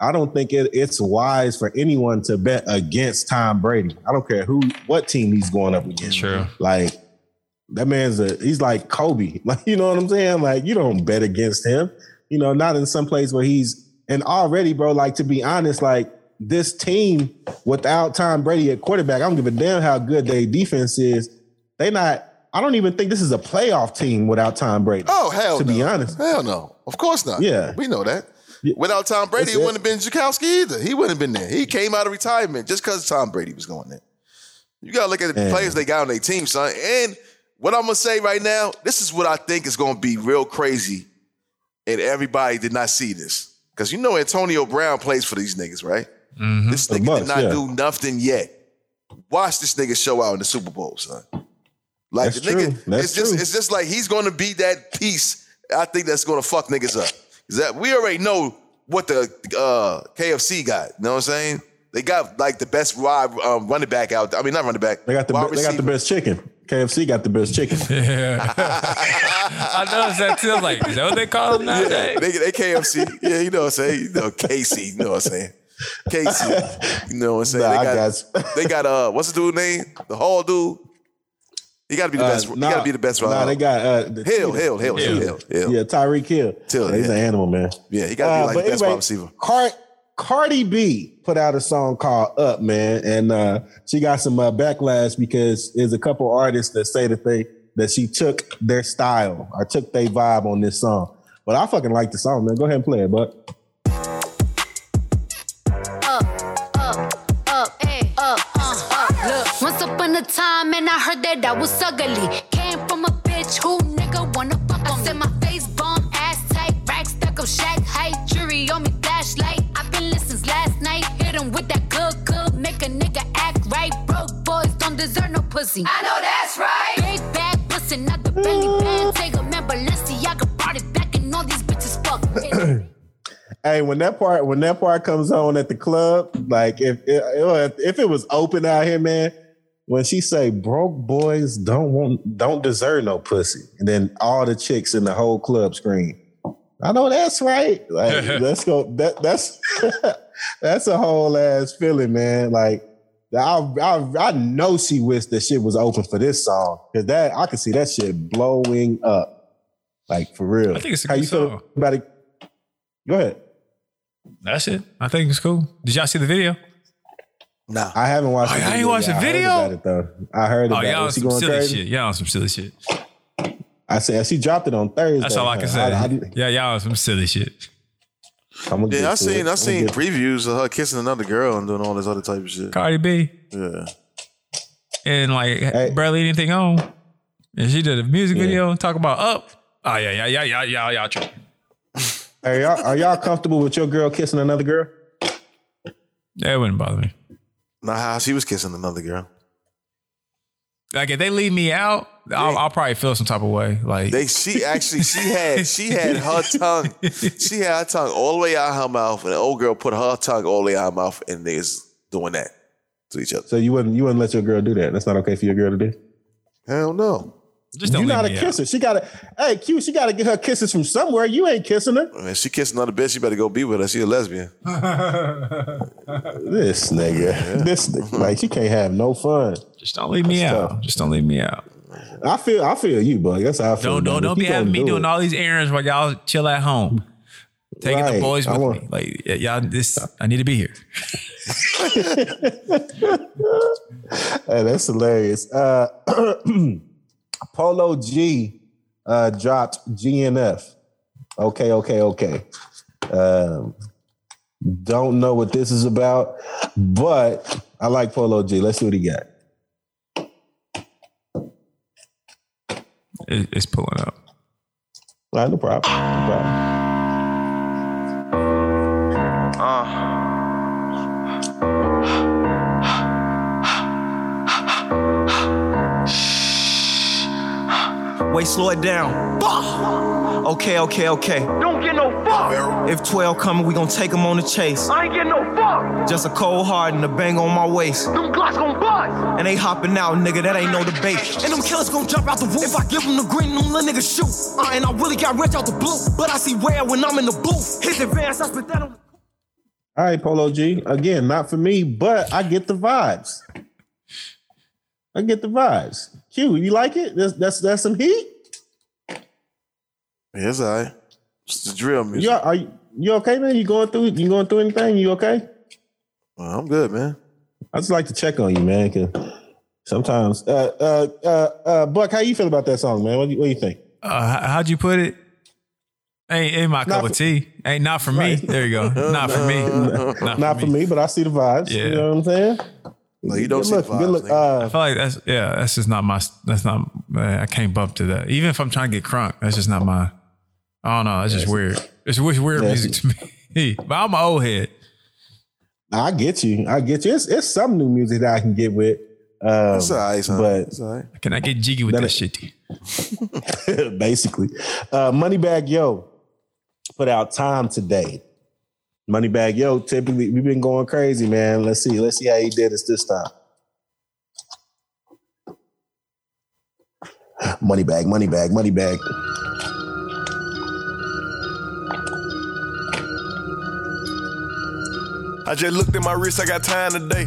I don't think it, it's wise for anyone to bet against Tom Brady. I don't care who, what team he's going up against. True. Like that man's a, he's like Kobe. <laughs> Like you know what I'm saying? Like you don't bet against him. You know, not in some place where he's and already, bro. Like to be honest, like this team without Tom Brady at quarterback, I don't give a damn how good their defense is. They not. I don't even think this is a playoff team without Tom Brady. Oh hell, to no. be honest. hell no. Of course not. Yeah. we know that. Yeah. Without Tom Brady, That's it it. wouldn't have been Jankowski either. He wouldn't have been there. He came out of retirement just because Tom Brady was going there. You gotta look at the Man. players they got on their team, son. And what I'm gonna say right now, this is what I think is gonna be real crazy, and everybody did not see this because you know Antonio Brown plays for these niggas, right? This For the nigga Bucks, did not yeah. do nothing yet. Watch this nigga show out in the Super Bowl, son. Like That's the nigga, true. That's it's just true. it's just like he's gonna be that piece. I think that's gonna fuck niggas up. 'Cause that we already know what the uh, KFC got. You know what I'm saying? They got like the best wide um, running back out. there. I mean, not running back. They got the wide be- they got the receiver. best chicken. KFC got the <laughs> best chicken. Yeah. <laughs> I noticed that too. I'm like, is that what they call him nowadays? They, they KFC. yeah, you know what I'm saying. You know KC. You know what I'm saying. KC. You know what I'm saying. Nah, they I got <laughs> got, you. they got uh, what's the dude name? The hall dude. He got to be the Uh, best. nah, he got to be the best. Nah, uh, they got uh, Hill, the Cheetah. Hill, Hill, Hill, Hill, Hill. Yeah, Tyreek Hill. Hill, he's yeah. an animal, man. Yeah, he got to be Uh, like but the best anyway, wide receiver. Card- Cardi B put out a song called Up, man, and uh, she got some uh, backlash because there's a couple artists that say that they that she took their style or took their vibe on this song. But I fucking like the song, man. Go ahead and play it, but time and I heard that I was ugly. Came from a bitch who nigga wanna fuck on I said my face bomb, ass tight, rack stuck up, shack height, jury on me, flashlight. I've been listening since last night. Hit 'em with that good, good, make a nigga act right. Broke boys don't deserve no pussy. I know that's right. Big bag pussy, not the belly band. Take a man, Balenciaga brought it back and all these bitches fuck. Hey, when that part when that part comes on at the club, like if it, if it was open out here, man, when she say broke boys don't want don't deserve no pussy, and then all the chicks in the whole club scream, I know that's right. <laughs> Like let's go. That that's <laughs> that's a whole ass feeling, man. Like I, I I know she wished that shit was open for this song because that I could see that shit blowing up, like for real. I think it's a how good you feel song. about it. Go ahead. That's it. I think it's cool. Did y'all see the video? No, I haven't watched. Oh, the y'all ain't video watched the yet. I heard video? about it, though. I heard Oh, about it. y'all on Is she some going silly crazy? shit. Y'all on some silly shit. I said she dropped it on Thursday. That's all I can say. I, yeah, y'all on some silly shit. am gonna Yeah, get I to it. seen I I'm seen gonna previews of her kissing another girl and doing all this other type of shit. Cardi B Yeah. and like barely anything on, and she did a music video talk about up. Oh yeah, yeah, yeah, yeah, yeah, yeah. true. get- Are y'all are y'all comfortable with your girl kissing another girl? That wouldn't bother me. Nah, how she was kissing another girl. Like if they leave me out, I'll, I'll probably feel some type of way. Like They <laughs> she actually she had she had her tongue she had her tongue all the way out her mouth and the old girl put her tongue all the way out her mouth and niggas doing that to each other. So you wouldn't you wouldn't let your girl do that? That's not okay for your girl to do. Hell no. Just you don't leave not a me out. kisser. She gotta hey Q, she gotta get her kisses from somewhere. You ain't kissing her. And if she kissed another bitch, she better go be with her. She a lesbian. This nigga. This nigga. Like she can't have no fun. Just don't leave me out. Just don't leave me out. I feel I feel you, bud. That's how I feel. don't don't don't be having me doing all these errands while y'all chill at home, taking the Right. boys I with want- me. Like y- y'all, this I need to be here. Hey, that's hilarious. Uh, <clears throat> Polo G uh, dropped GNF. Okay, okay, okay. Um, don't know what this is about, but I like Polo G. Let's see what he got. It- it's pulling up. All right, no problem. No problem. Uh. Wait, slow it down. Fuck. Okay, okay, okay. Don't get no fuck. If 12 coming, we gon' take 'em on the chase. I ain't getting no fuck. Just a cold heart and a bang on my waist. Them glocks gon' bust. And they hopping out, nigga, that ain't no debate. And them killers gon' jump out the roof. If I give them the green, them little niggas shoot. Uh, and I really got rich out the blue. But I see rare when I'm in the booth. His advance, I spit that on. All right, Polo G. Again, not for me, but I get the vibes. I get the vibes. Q, you like it? That's that's that's some heat. Yeah, it's all right. It's the drill music. You are, are you, you okay, man? You going through you going through anything? You okay? I'm good, man. I just like to check on you, man. 'cause sometimes, uh, uh, uh, uh, Buck, how you feel about that song, man? What do you, what do you think? Uh, how, would you put it? Ain't ain't my cup of tea. Ain't not for me. There you <laughs> go. Not for me. Not, Not, for me, but I see the vibes. You Yeah. know what I'm saying? No, you don't Good see look, vibes, good look, uh, I feel like that's yeah. That's just not my. That's not. Man, I can't bump to that. Even if I'm trying to get crunk, that's just not my. I don't know. That's just weird. It's weird, weird Yeah, music to me. <laughs> but I'm an old head. I get you. I get you. It's, it's some new music that I can get with. Um, It's all right, son. but It's all right. Can I get jiggy with that, shit? D? <laughs> basically. Uh, Moneybag Yo put out time today. Moneybag Yo, typically we've been going crazy, man. Let's see. Let's see how he did us this time. Moneybag, Moneybag, Moneybag. I just looked at my wrist, I got time today.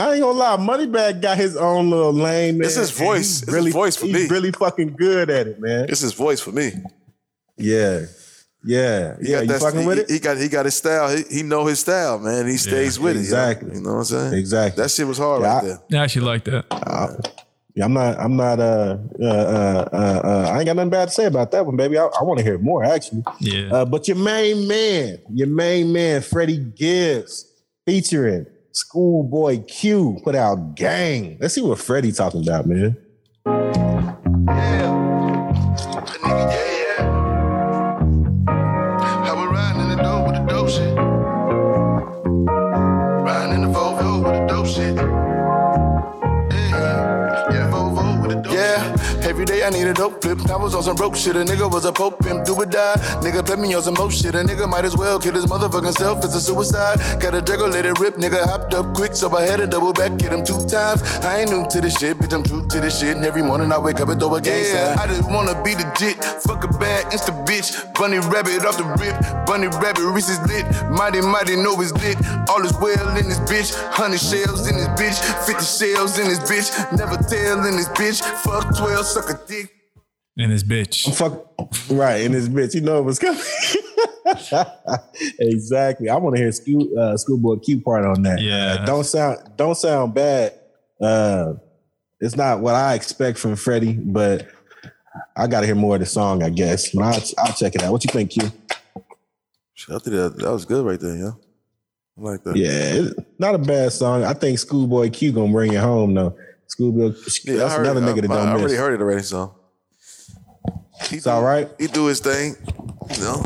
I ain't gonna lie, Moneybag got his own little lane. Man. It's his voice. And he's It's his voice for he's me. Really fucking good at it, man. It's his voice for me. Yeah, yeah, He yeah. got You that- fucking he, with it? He got he got his style. He, he know his style, man. He stays with exactly. it. You know, you know what I'm saying? Exactly. That shit was hard Yeah, right I- there. I actually like that. Yeah, I'm not. I'm not. Uh, uh, uh, uh, uh, I ain't got nothing bad to say about that one, baby. I, I want to hear more, actually. Yeah. Uh, but your main man, your main man, Freddie Gibbs, featuring Schoolboy Q, put out "Gang." Let's see what Freddie talking about, man. How we riding in the door with the dope shit. Riding in the Volvo with the dope shit. Yeah, every day I need a dope flip. I was on some broke shit. A nigga was a pope pimp, do or die. Nigga put me on some hope shit. A nigga might as well kill his motherfucking self. It's a suicide. Got a Draco, let it rip. Nigga hopped up quick, so I had to double back, hit him two times. I ain't new to this shit, bitch. I'm true to this shit. And every morning I wake up and throw a gang Yeah, I sign. just wanna be legit. Fuck a bad insta bitch. Bunny rabbit off the rip. Bunny rabbit, Reese's lit. Mighty, mighty, know it's lit. All is well in this bitch. Hundred shells in this bitch. Fifty shells in this bitch. Never tell in this bitch. Fuck twelve, suck a dick. And this bitch. I'm fuck right in this bitch. You know it was coming. <laughs> exactly. I want to hear school, uh, schoolboy Q part on that. Yeah. Uh, don't sound don't sound bad. Uh, it's not what I expect from Freddie, but I got to hear more of the song. I guess. But I'll, I'll check it out. What you think, Q? Shit, I think that, that was good right there, yeah. I like that. Yeah, it's not a bad song. I think Schoolboy Q gonna bring it home though. Schoolboy, Yeah, I that's heard another it. nigga I, that don't I, miss. already heard it already, so It's all right. he do his thing. You know,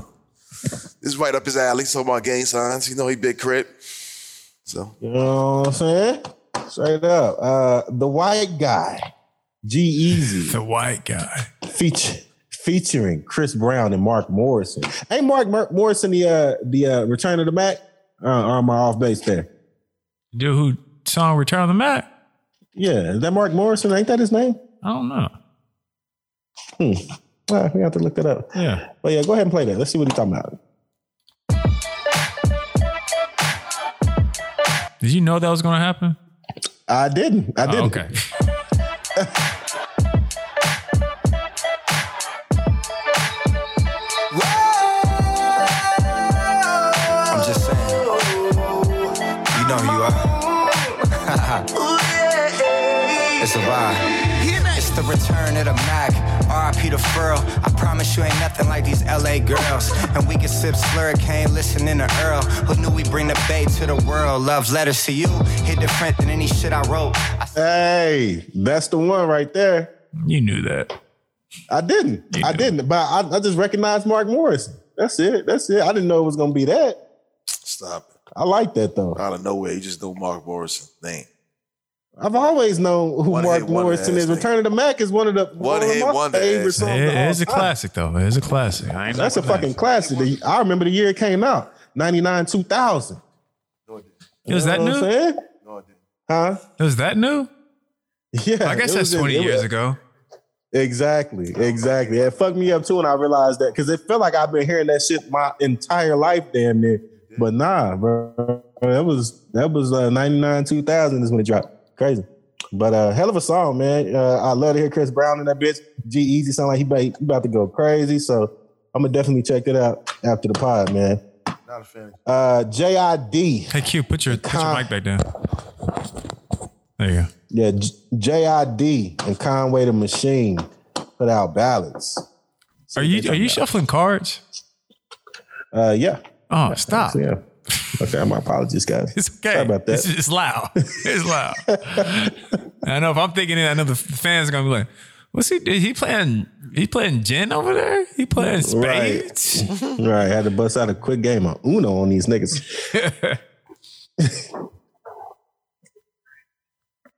it's right up his alley. So my gang signs. You know, he big crip. So You know what I'm saying? Straight up. Uh the white guy, G Easy. <laughs> The white guy. Feature, featuring Chris Brown and Mark Morrison. Ain't Mark Mor- Morrison the uh the uh return of the Mac? Uh or am I off base there? Dude who song Return of the Mac? Yeah, is that Mark Morrison? Ain't that his name? I don't know. Hmm. All right, we have to look that up. Yeah. But yeah, go ahead and play that. Let's see what he's talking about. Did you know that was gonna happen? I didn't. I Oh, didn't. okay. <laughs> I'm just saying. You know who you are. <laughs> it's a vibe. It's the return of the Mac. RIP to Furl. I promise you ain't nothing like these LA girls. And we can sip slurricane, listening to Earl. Who knew we bring the bay to the world? Love letters to you. Hit different than any shit I wrote. I Hey, that's the one right there. You knew that. I didn't. I didn't. But I, I just recognized Mark Morrison. That's it. That's it. I didn't know it was gonna be that. stop it. I like that though. Out of nowhere, you just know Mark Morrison. Name I've always known who One Mark hit wonder Morrison is. ass nigga. Return of the Mac is one of the One of hit my wonder favorite ass songs. nigga. of all It is a time. classic though. It is a classic. I ain't That's a messing with fucking classic. The- I remember the year it came out, ninety nine two thousand. It was that new? Huh? <laughs> It was that new? Yeah. I guess it was that's in- 20 it years was- ago. Exactly, exactly. It fucked me up too, and I realized that because it felt like I've been hearing that shit my entire life, damn near. But nah, bro, that was that was uh, ninety nine two thousand is when it dropped. Crazy, but uh, hell of a song, man. Uh, I love to hear Chris Brown in that bitch. G Easy sound like he about, he about to go crazy, so I'm gonna definitely check it out after the pod, man. Not a fan. Uh, JID, Hey Q, put your put your mic back down. There you go. yeah, J- JID and Conway the Machine put out ballads. Are you are you shuffling cards? Uh, yeah. Oh, stop. Yeah. Okay, my apologies, guys. It's okay. Sorry about It's, that. it's loud. <laughs> It's loud. I know if I'm thinking it, I know the f- the fans are gonna be like, "What's he? Is he playing? He playing gin over there? He playing spades?" Right. right. Had to bust out a quick game of Uno on these niggas.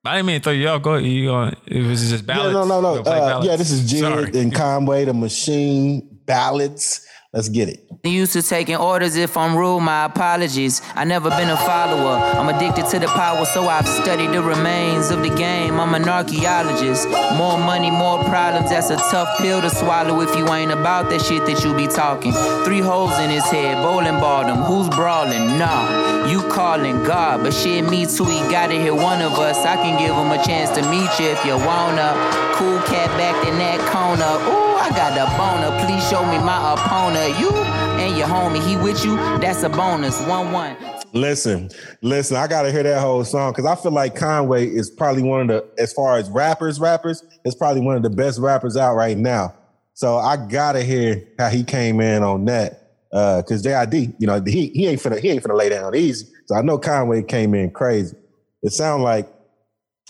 I didn't mean to throw you off. Go. You going? It was just Yeah, ballads. no, no, no. Go play Uh, ballads. yeah, this is Jid Sorry. and Conway the Machine ballads. Let's get it. Used to taking orders if I'm rude, my apologies. I never been a follower. I'm addicted to the power, so I've studied the remains of the game. I'm an archaeologist. More money, more problems. That's a tough pill to swallow if you ain't about that shit that you be talking. Three holes in his head, bowling ball them. Who's brawling? Nah, you calling God, but shit, me too. He gotta hit one of us. I can give him a chance to meet you if you wanna. Cool cat back in that corner. Ooh, I got a boner. Please show me my opponent. You and your homie, he with you. That's a bonus. One one. Listen, listen, I gotta hear that whole song because I feel like Conway is probably one of the, as far as rappers, rappers, is probably one of the best rappers out right now. So I gotta hear how he came in on that. Uh, cause JID, you know, he he ain't finna he ain't finna lay down easy. So I know Conway came in crazy. It sound like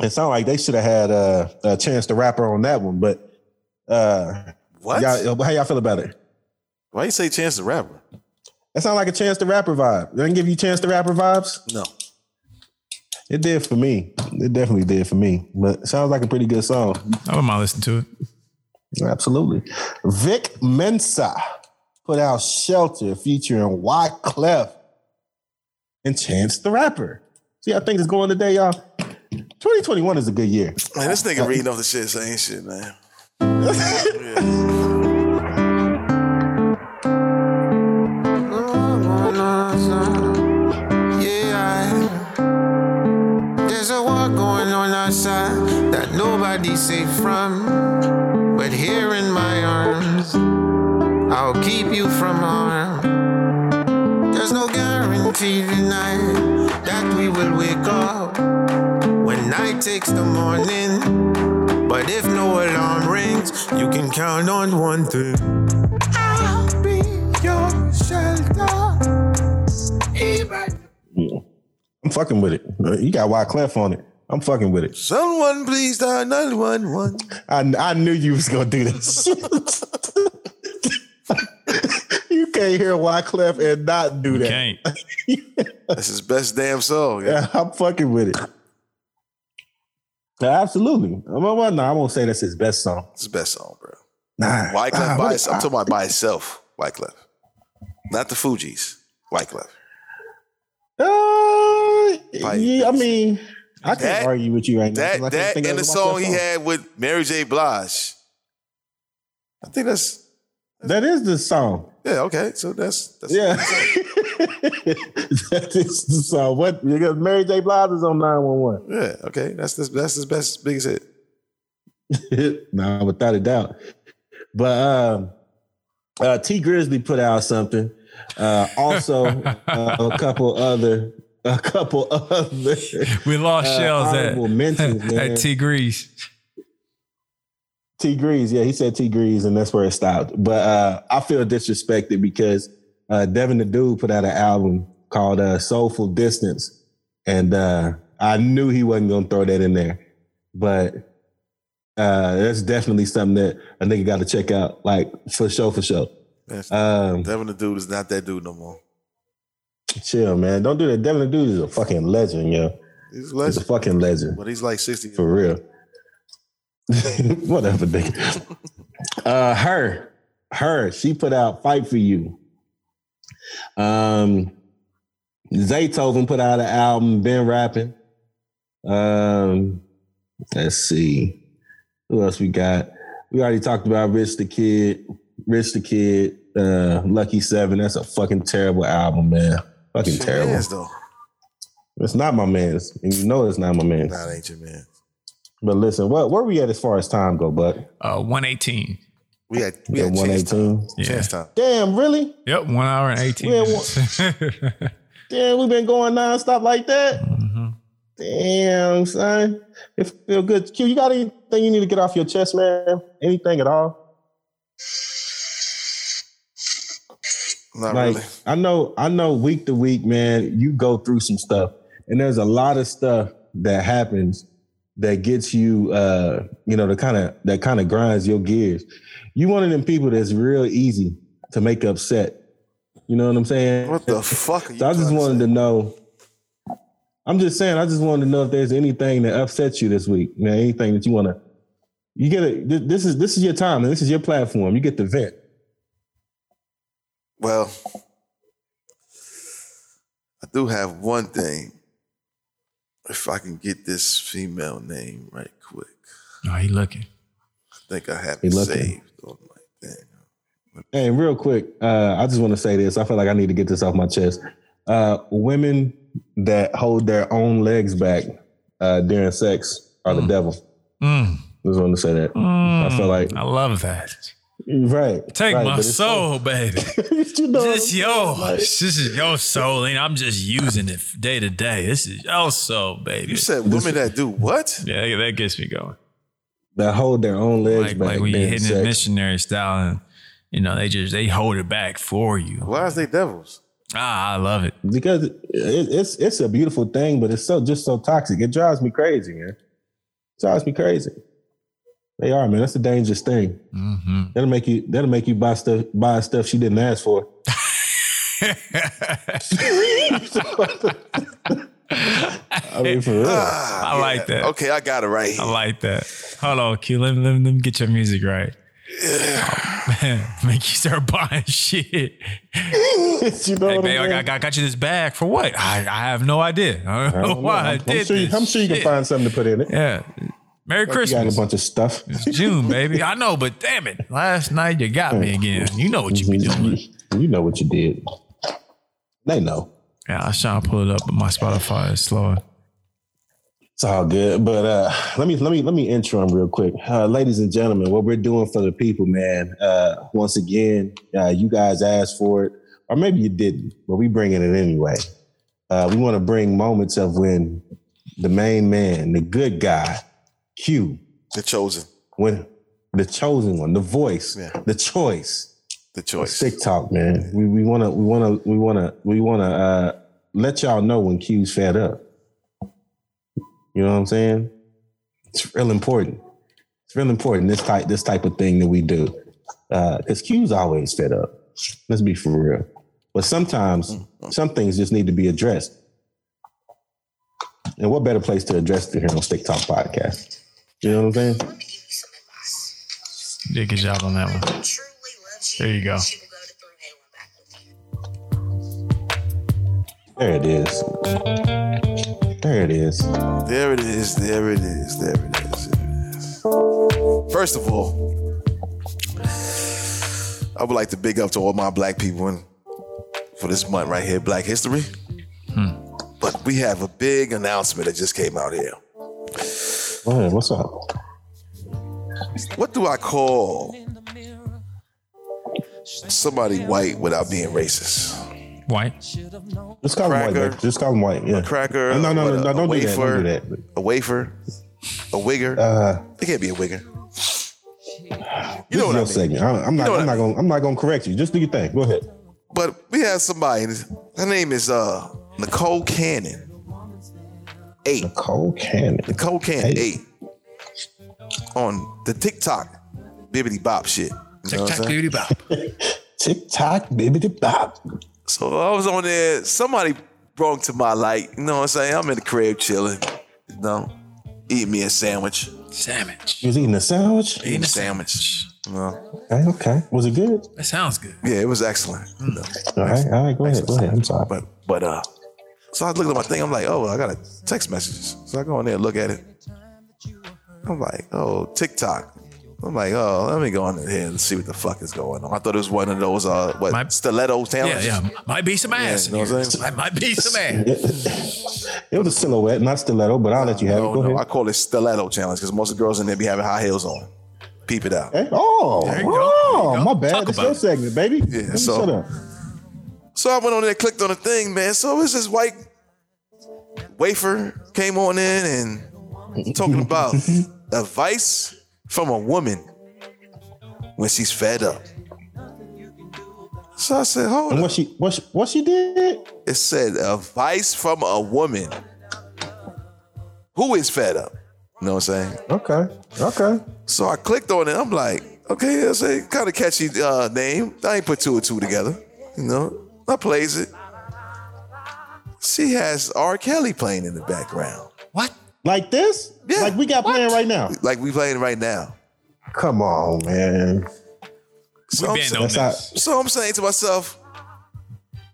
it sound like they should have had uh, a chance to rap her on that one, but uh What? y'all- how y'all feel about it? Why you say Chance the Rapper? That sound like a chance to rapper vibe. They didn't give you chance to rapper vibes? No. It did for me. It definitely did for me. But it sounds like a pretty good song. I wouldn't mind listening to it. Absolutely. Vic Mensa put out Shelter featuring Wyclef and Chance the Rapper. See how things is going today, y'all. 2021 is a good year. <laughs> Man, this nigga reading off the shit saying shit, man. Yeah, there's a war going on outside that nobody's safe from. But here in my arms, I'll keep you from harm. There's no guarantee tonight that we will wake up when night takes the morning. But if no alarm rings, you can count on one thing. I'll be your shelter. Even I'm fucking with it. You got Wyclef on it. I'm fucking with it. Someone please dial 911. I, I knew you was gonna do this. <laughs> you can't hear Wyclef and not do that. That's his best damn song. Yeah, I'm fucking with it. Yeah, absolutely. I'm, well, no, I won't say that's his best song. It's his best song, bro. Nah. Wyclef by Nah, Ah, what- itself. I'm talking about by itself. Wyclef. Not the Fugees. Wyclef. Uh, yeah, I mean, I can't That- argue with you right That now. 'cause I can't that think of and the Wyclef song he had with Mary J. Blige. I think that's That is the song. yeah, okay. So that's that's Yeah. <laughs> that is the song. What? Because Mary J. Blige is on 911. yeah, okay. That's this that's his best biggest hit. <laughs> nah, without a doubt. But um, uh, T Grizzly put out something. Uh, <laughs> also, uh, a couple other, a couple other. We lost shells at- Uh, honorable mentions, man. <laughs> At T Grease. T Grease, yeah, he said T Grease, and that's where it stopped. But uh, I feel disrespected because uh, Devin the Dude put out an album called uh, Soulful Distance, and uh, I knew he wasn't gonna throw that in there. But uh, that's definitely something that I think you got to check out, like for sure, for sure. That's- Um, Devin the dude is not that dude no more. chill, man. Don't do that. Devin the Dude is a fucking legend, yo. He's a He's a legend. fucking legend. But he's like 60. For real. <laughs> Whatever, thing. <laughs> Uh, her, her, she put out "Fight for You." Um, Zaytoven put out an album. Been rapping. Um, let's see, who else we got? We already talked about Rich the Kid. Rich the Kid. Uh, Lucky Seven. That's a fucking terrible album, man. Fucking Shit, terrible. man's though. It's not my man's, and you know it's not my man's. Nah, it ain't your man. But listen, what where we at as far as time go, bud? Uh, 118. We had We at one eighteen. Chance time. Damn, really? Yep, one hour and 18 Yeah, minutes. <laughs> Damn, we've been going nonstop like that. Mm-hmm. Damn, son, it feel good. Q, you got anything you need to get off your chest, man? Anything at all? Not like really. I know, I know. Week to week, man, you go through some stuff, and there's a lot of stuff that happens that gets you, uh, you know, the kind of that kind of grinds your gears. You one of them people that's real easy to make upset. You know what I'm saying? What <laughs> the fuck? so I just wanted to know. I'm just saying. I just wanted to know if there's anything that upsets you this week. Man, anything that you want to. You get it. This is this is your time and this is your platform. You get the vent. Well, I do have one thing. If I can get this female name right quick, No, Oh, he looking. I think I have He it looking. saved. Hey, real quick, uh, I just want to say this. I feel like I need to get this off my chest. Uh, women that hold their own legs back uh, during sex are the devil. Mm. Just wanted to say that. I feel like I love that. Right. Take right, my but it's- <laughs> soul, baby. this yo, this is your soul, and I'm just using it day to day. This is your soul, baby. You said women that do what? Yeah, that gets me going. That hold their own legs Like, back like when you're during hitting sex. it missionary style, and you know they just they hold it back for you. Why is they devils? Ah, I love it. because it, it's it's a beautiful thing, but it's so just so toxic. It drives me crazy, man. drives me crazy. They are, man. That's a dangerous thing. Mm-hmm. That'll make you. That'll make you buy stuff. Buy stuff she didn't ask <laughs> for. I mean, for real. I like that. Okay, I got it right here. I like that. Hold on, Q. Let me, let me, let me get your music right. Oh, <laughs> man, make you start buying shit. hey, babe, I, got, I got you this bag for what? I, I have no idea. I don't know why I Oh, I'm, did sure you, this. I'm sure you can shit. find something to put in it. Yeah. Merry Like you got Christmas. a bunch of stuff. June, baby. I know, but damn it. Last night you got me again. You know what you be doing. <laughs> You know what you did. They know. Yeah, I was trying to pull it up, but my Spotify is slower. It's all good, but uh, let me let me let me intro him real quick, uh, ladies and gentlemen. What we're doing for the people, man. Uh, once again, uh, you guys asked for it, or maybe you didn't, but we bringing it anyway. Uh, we want to bring moments of when the main man, the good guy, Q, the chosen, when the chosen one, the voice, the choice, the choice. Sick talk, man. We we want to we want to we want to we want to uh, let y'all know when Q's fed up. You know what I'm saying? It's real important. It's real important. This type this type of thing that we do, because Q's always fed up. Let's be for real. But sometimes some things just need to be addressed. And what better place to address it here on Stick Talk Podcast? You know what I'm saying? Did a good job on that one. There you go. There it is. There it is. There it is. There it is. There it is. There it is. First of all, I would like to big up to all my black people and for this month right here, Black History. But we have a big announcement that just came out here. Go ahead, what's up? What do I call somebody white without being racist? White. Just call him white. Cracker. man. Just call him white. Yeah. A cracker. No, no, what, no, a- no, a don't do that. wafer, Don't do that. A wafer. A wigger. Uh, it can't be a wigger. You know what your segment. I, I'm not. You know what I'm I not going. I'm not going to correct you. Just do your thing. Go ahead. But we have somebody. Her name is uh Nicole Cannon. Eight. Nicole Cannon. Nicole Cannon. Eight. On the TikTok bibbity bop shit. You know what I'm saying? bop. Tick tock bibbity bop. So I was on there. Somebody brought to my light. You know what I'm saying? I'm in the crib chilling. You know, eating me a sandwich. Sandwich. You was eating a sandwich. Eating a sandwich. You know? Okay. Okay. Was it good? That sounds good. Yeah, it was excellent. you know. All right. All right. Go ahead. Go ahead. I'm sorry. <laughs> But but uh, so I was looking at my thing. I'm like, oh, I got a text messages. So I go in there and look at it. I'm like, oh, TikTok. I'm like, oh, let me go on here and see what the fuck is going on. I thought it was one of those uh, what stiletto Yeah, challenges. yeah. Might be some ass. you know in what here. I'm saying? I might be some ass. It was a silhouette, not stiletto, but I'll let you have it. No, Go no, I ahead. call it stiletto challenge because most of the girls in there be having high heels on. Peep it out. Hey, oh, There you go. oh, my bad. Talk That's about your it. segment, baby. Yeah. so- shut up. So I went on there, clicked on the thing, man. So it's this white wafer came on in and talking about advice from a woman when she's fed up. So I said, hold And what she what she, what she did? It said advice from a woman who is fed up. You know what I'm saying? Okay. Okay. So I clicked on it. I'm like, okay, that's a kind of catchy uh, name. I ain't put two or two together. You know, I plays it. She has R. Kelly playing in the background. What? Like this? Yeah. Like we got playing right now. Like we playing right now. Come on, man. So I'm, on saying, so I'm saying to myself,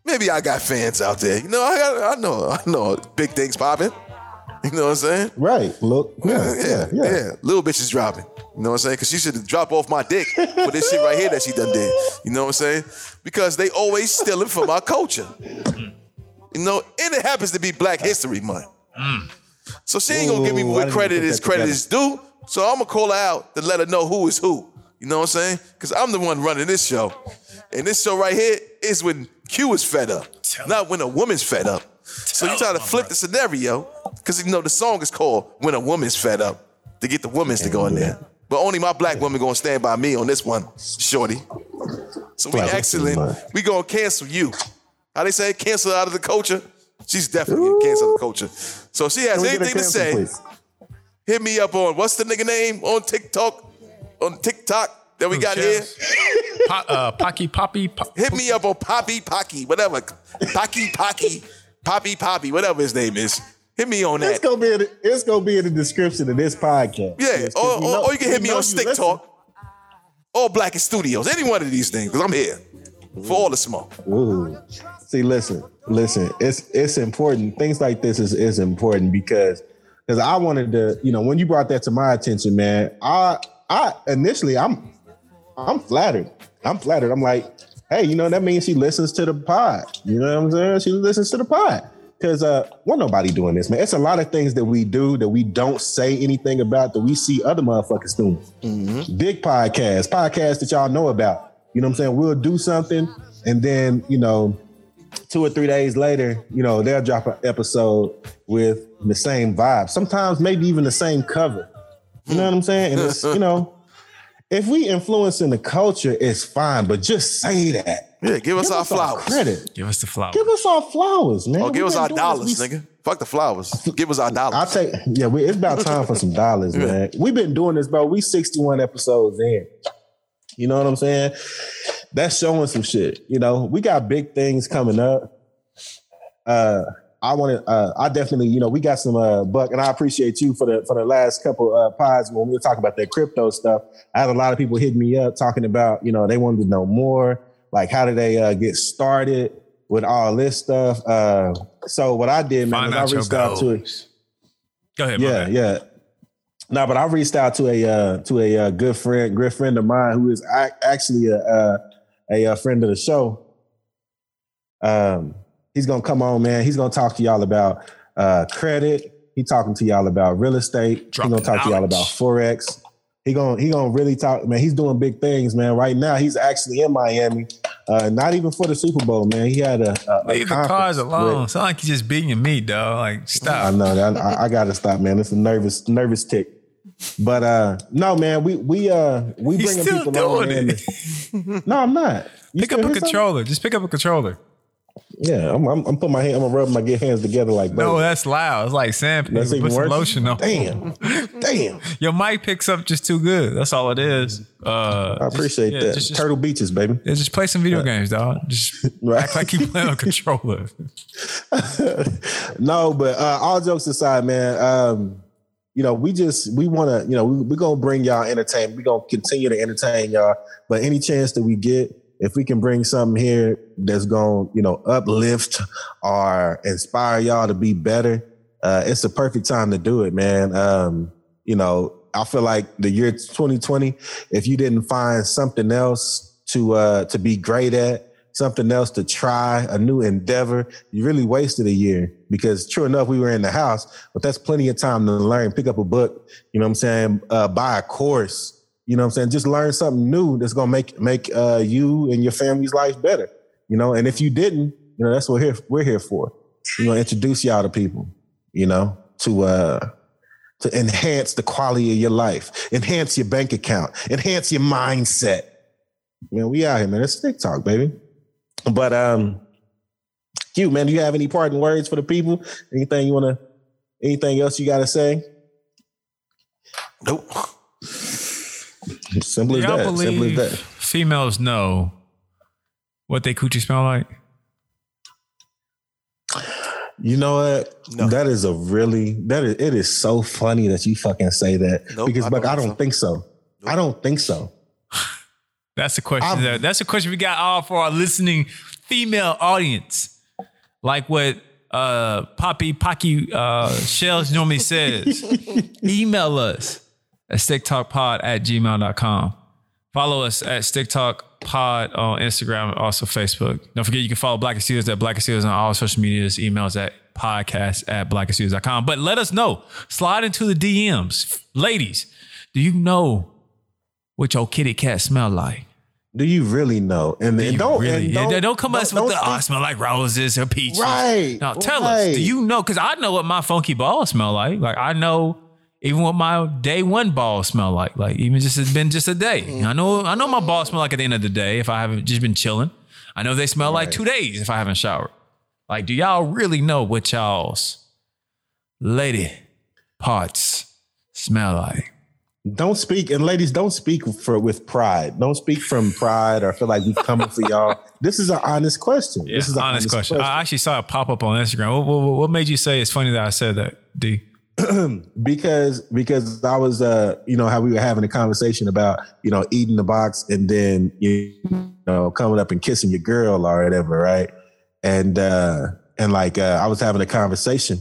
maybe I got fans out there. You know, I got, I know, I know, big things popping. You know what I'm saying? Right. Look. Yeah. Yeah, yeah, Little bitch is dropping. You know what I'm saying? Because she should drop off my dick for this shit right here that she done did. You know what I'm saying? Because they always stealing from our culture. You know, and it happens to be Black History Month. So she ain't gonna give me Ooh, I what didn't credit put is that credit together. is due. So I'm gonna call her out to let her know who is who. You know what I'm saying? Because I'm the one running this show, and this show right here is when Q is fed up, not when a woman's fed up. So you try to flip the scenario because you know the song is called "When a Woman's Fed Up" to get the women's to go in there. But only my black woman gonna stand by me on this one, shorty. So we Black excellent. woman. We gonna cancel you. How they say cancel out of the culture? She's definitely getting canceled out of the culture. So if she has Can we get a anything to cancel, say, please? hit me up on what's the nigga name on TikTok? On TikTok that we got here. Po- uh, Pocky Poppy. Pop- hit me up on Poppy Pocky, whatever. Pocky Pocky, Poppy Poppy, whatever his name is. Hit me on It's that. gonna be in the, it's gonna be in the description of this podcast. Yeah, Yes, 'cause or, we or, know- or you can hit we me know on you Stick listen. Talk or Black and Studios. Any one of these things, because I'm here for all the smoke. Ooh. See, listen, listen. It's it's important. Things like this is is important because because I wanted to, you know, when you brought that to my attention, man, I I initially I'm I'm flattered. I'm flattered. I'm like, hey, you know, that means she listens to the pod. You know what I'm saying? She listens to the pod. Cause uh, well, nobody doing this, man. It's a lot of things that we do that we don't say anything about that we see other motherfuckers doing. Big podcasts, podcasts that y'all know about. You know what I'm saying? We'll do something, and then you know, two or three days later, you know, they'll drop an episode with the same vibe. Sometimes maybe even the same cover. You know what I'm saying? And it's you know, if we influencing the culture, it's fine. But just say that. Yeah, give us our flowers. Credit. Give us the flowers. Give us our flowers, man. Or give We've us been our doing dollars, this. We- nigga. Fuck the <laughs> flowers. Give us our dollars. I'll take yeah, we, it's about time for some dollars, man. We've been doing this, bro. We 61 episodes in. You know what I'm saying? That's showing some shit. You know, we got big things coming up. Uh I want to. Uh, I definitely, you know, we got some uh, buck, and I appreciate you for the for the last couple uh, pods when we were talking about that crypto stuff. I had a lot of people hitting me up talking about, you know, they wanted to know more, like how do they uh, get started with all this stuff. Uh, so what I did, man, Find out is I your reached out to goals. Go ahead. yeah, yeah. No, but I reached out to a uh, to a uh, good friend, good friend of mine who is ac- actually a uh, a, uh friend of the show. Um, he's gonna come on, man. He's gonna talk to y'all about uh, credit. He talking to y'all about real estate. He's gonna talk to y'all about forex. He gonna he gonna really talk, man. He's doing big things, man. Right now, he's actually in Miami. Uh, not even for the Super Bowl, man. He had a, a- a Leave the cars conference with- alone. It's not like you're just beating your meat, dog. Like I stop. know. I, I- I gotta stop, man. It's a nervous, nervous tick. But uh no, man, we we uh we He's bringing still people on. doing man. no, I'm not. You Pick still hear up a something? controller. Just pick up a controller. Yeah, I'm, I'm, I'm putting my hand. I'm gonna rub my good hands together like No, that. that's loud. It's like sandpaper. That's even Put some worse? lotion on. Damn. Damn. Your mic picks up just too good. That's all it is. Uh, I appreciate that. Turtle Beaches, baby. Yeah, just play some video games, dog. <laughs> Just act like you playing on a controller. <laughs> no, but uh, all jokes aside, man. Um, you know, we just we want to. You know, we're we are going to bring y'all entertainment. We're gonna continue to entertain y'all. But any chance that we get, if we can bring something here that's gonna you know uplift or inspire y'all to be better, uh, it's the perfect time to do it, man. Um, you know, I feel like the year 2020, if you didn't find something else to uh to be great at, something else to try, a new endeavor, you really wasted a year because true enough, we were in the house, but that's plenty of time to learn. Pick up a book, you know what I'm saying? Uh buy a course, you know what I'm saying? Just learn something new that's gonna make make uh you and your family's life better. You know, and if you didn't, you know, that's what here we're here for. You know, introduce y'all to people, you know, to uh to enhance the quality of your life, enhance your bank account, enhance your mindset. Man, we out here, man. It's TikTok, baby. But um, Q, man, do you have any parting words for the people? Anything you wanna? Anything else you gotta say? Nope. Simple as Y'all that. Simple as believe that. females know what they coochie smell like? You know what? That is a really that is it is so funny that you fucking say that Nope, because I Buck, don't I don't think so. I don't think so. That's the question. that, that's the question we got all for our listening female audience, like what uh, Poppy Pocky uh, Shells normally says, email us at sticktalkpod at gmail.com. Follow us at Stick Talk Pod on Instagram and also Facebook. Don't forget you can follow Black and Seals at Black and Seals on all social medias, emails at podcast at blackandseals.com. But let us know. Slide into the DMs. Ladies, do you know what your kitty cat smell like? Do you really know? And, Do and you don't really- and yeah, don't, don't, come us with don't the think- oh, I smell like roses or peaches. Right, Now tell us, right. do you know? Because I know what my funky balls smell like. Like I know even what my day one balls smell like. Like even just it's been just a day. Mm. I know I know my balls smell like at the end of the day if I haven't just been chilling. I know they smell like two days if I haven't showered. Like, do y'all really know what y'all's lady parts smell like? Don't speak, and ladies, don't speak for with pride. Don't speak from pride or feel like we coming for y'all. This is an honest question. Yeah, this is an honest question. I actually saw it pop up on Instagram. What, what, what made you say it's funny that I said that, D? because because I was uh you know how we were having a conversation about you know eating the box and then you know coming up and kissing your girl or whatever right and uh and like uh, I was having a conversation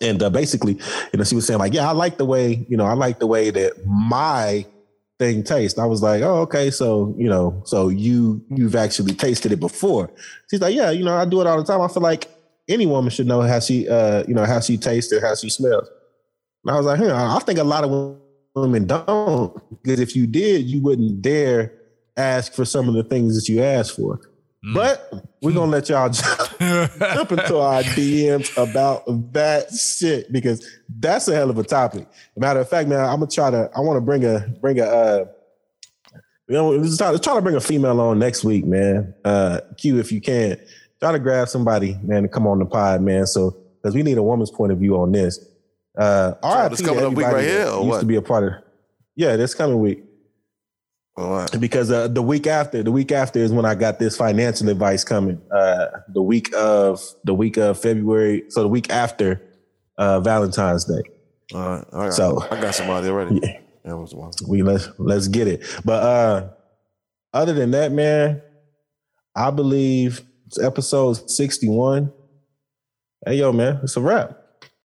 and uh, basically you know she was saying like yeah I like the way you know I like the way that my thing tastes I was like oh okay so you know so you you've actually tasted it before she's like yeah you know I do it all the time I feel like any woman should know how she uh you know how she tastes or how she smells and I was like, hmm, I think a lot of women don't because if you did, you wouldn't dare ask for some of the things that you asked for. But we're gonna let y'all <laughs> jump, jump into our DMs about that shit because that's a hell of a topic. Matter of fact, man, I'm gonna try to. I want to bring a bring a. Uh, you know, let's try, let's try to bring a female on next week, man. Uh, Q, if you can, try to grab somebody, man, to come on the pod, man. So because we need a woman's point of view on this. Uh, RIP, this coming up week everybody right here, that or Used what? to be a part of. Yeah, this coming week. Because uh, the week after, the week after is when I got this financial advice coming. Uh, the week of the week of February, so the week after uh, Valentine's Day. All right, all right. So- I got somebody already. That was one. We let's let's get it. But uh other than that, man, I believe it's episode 61. Hey yo, man, it's a wrap.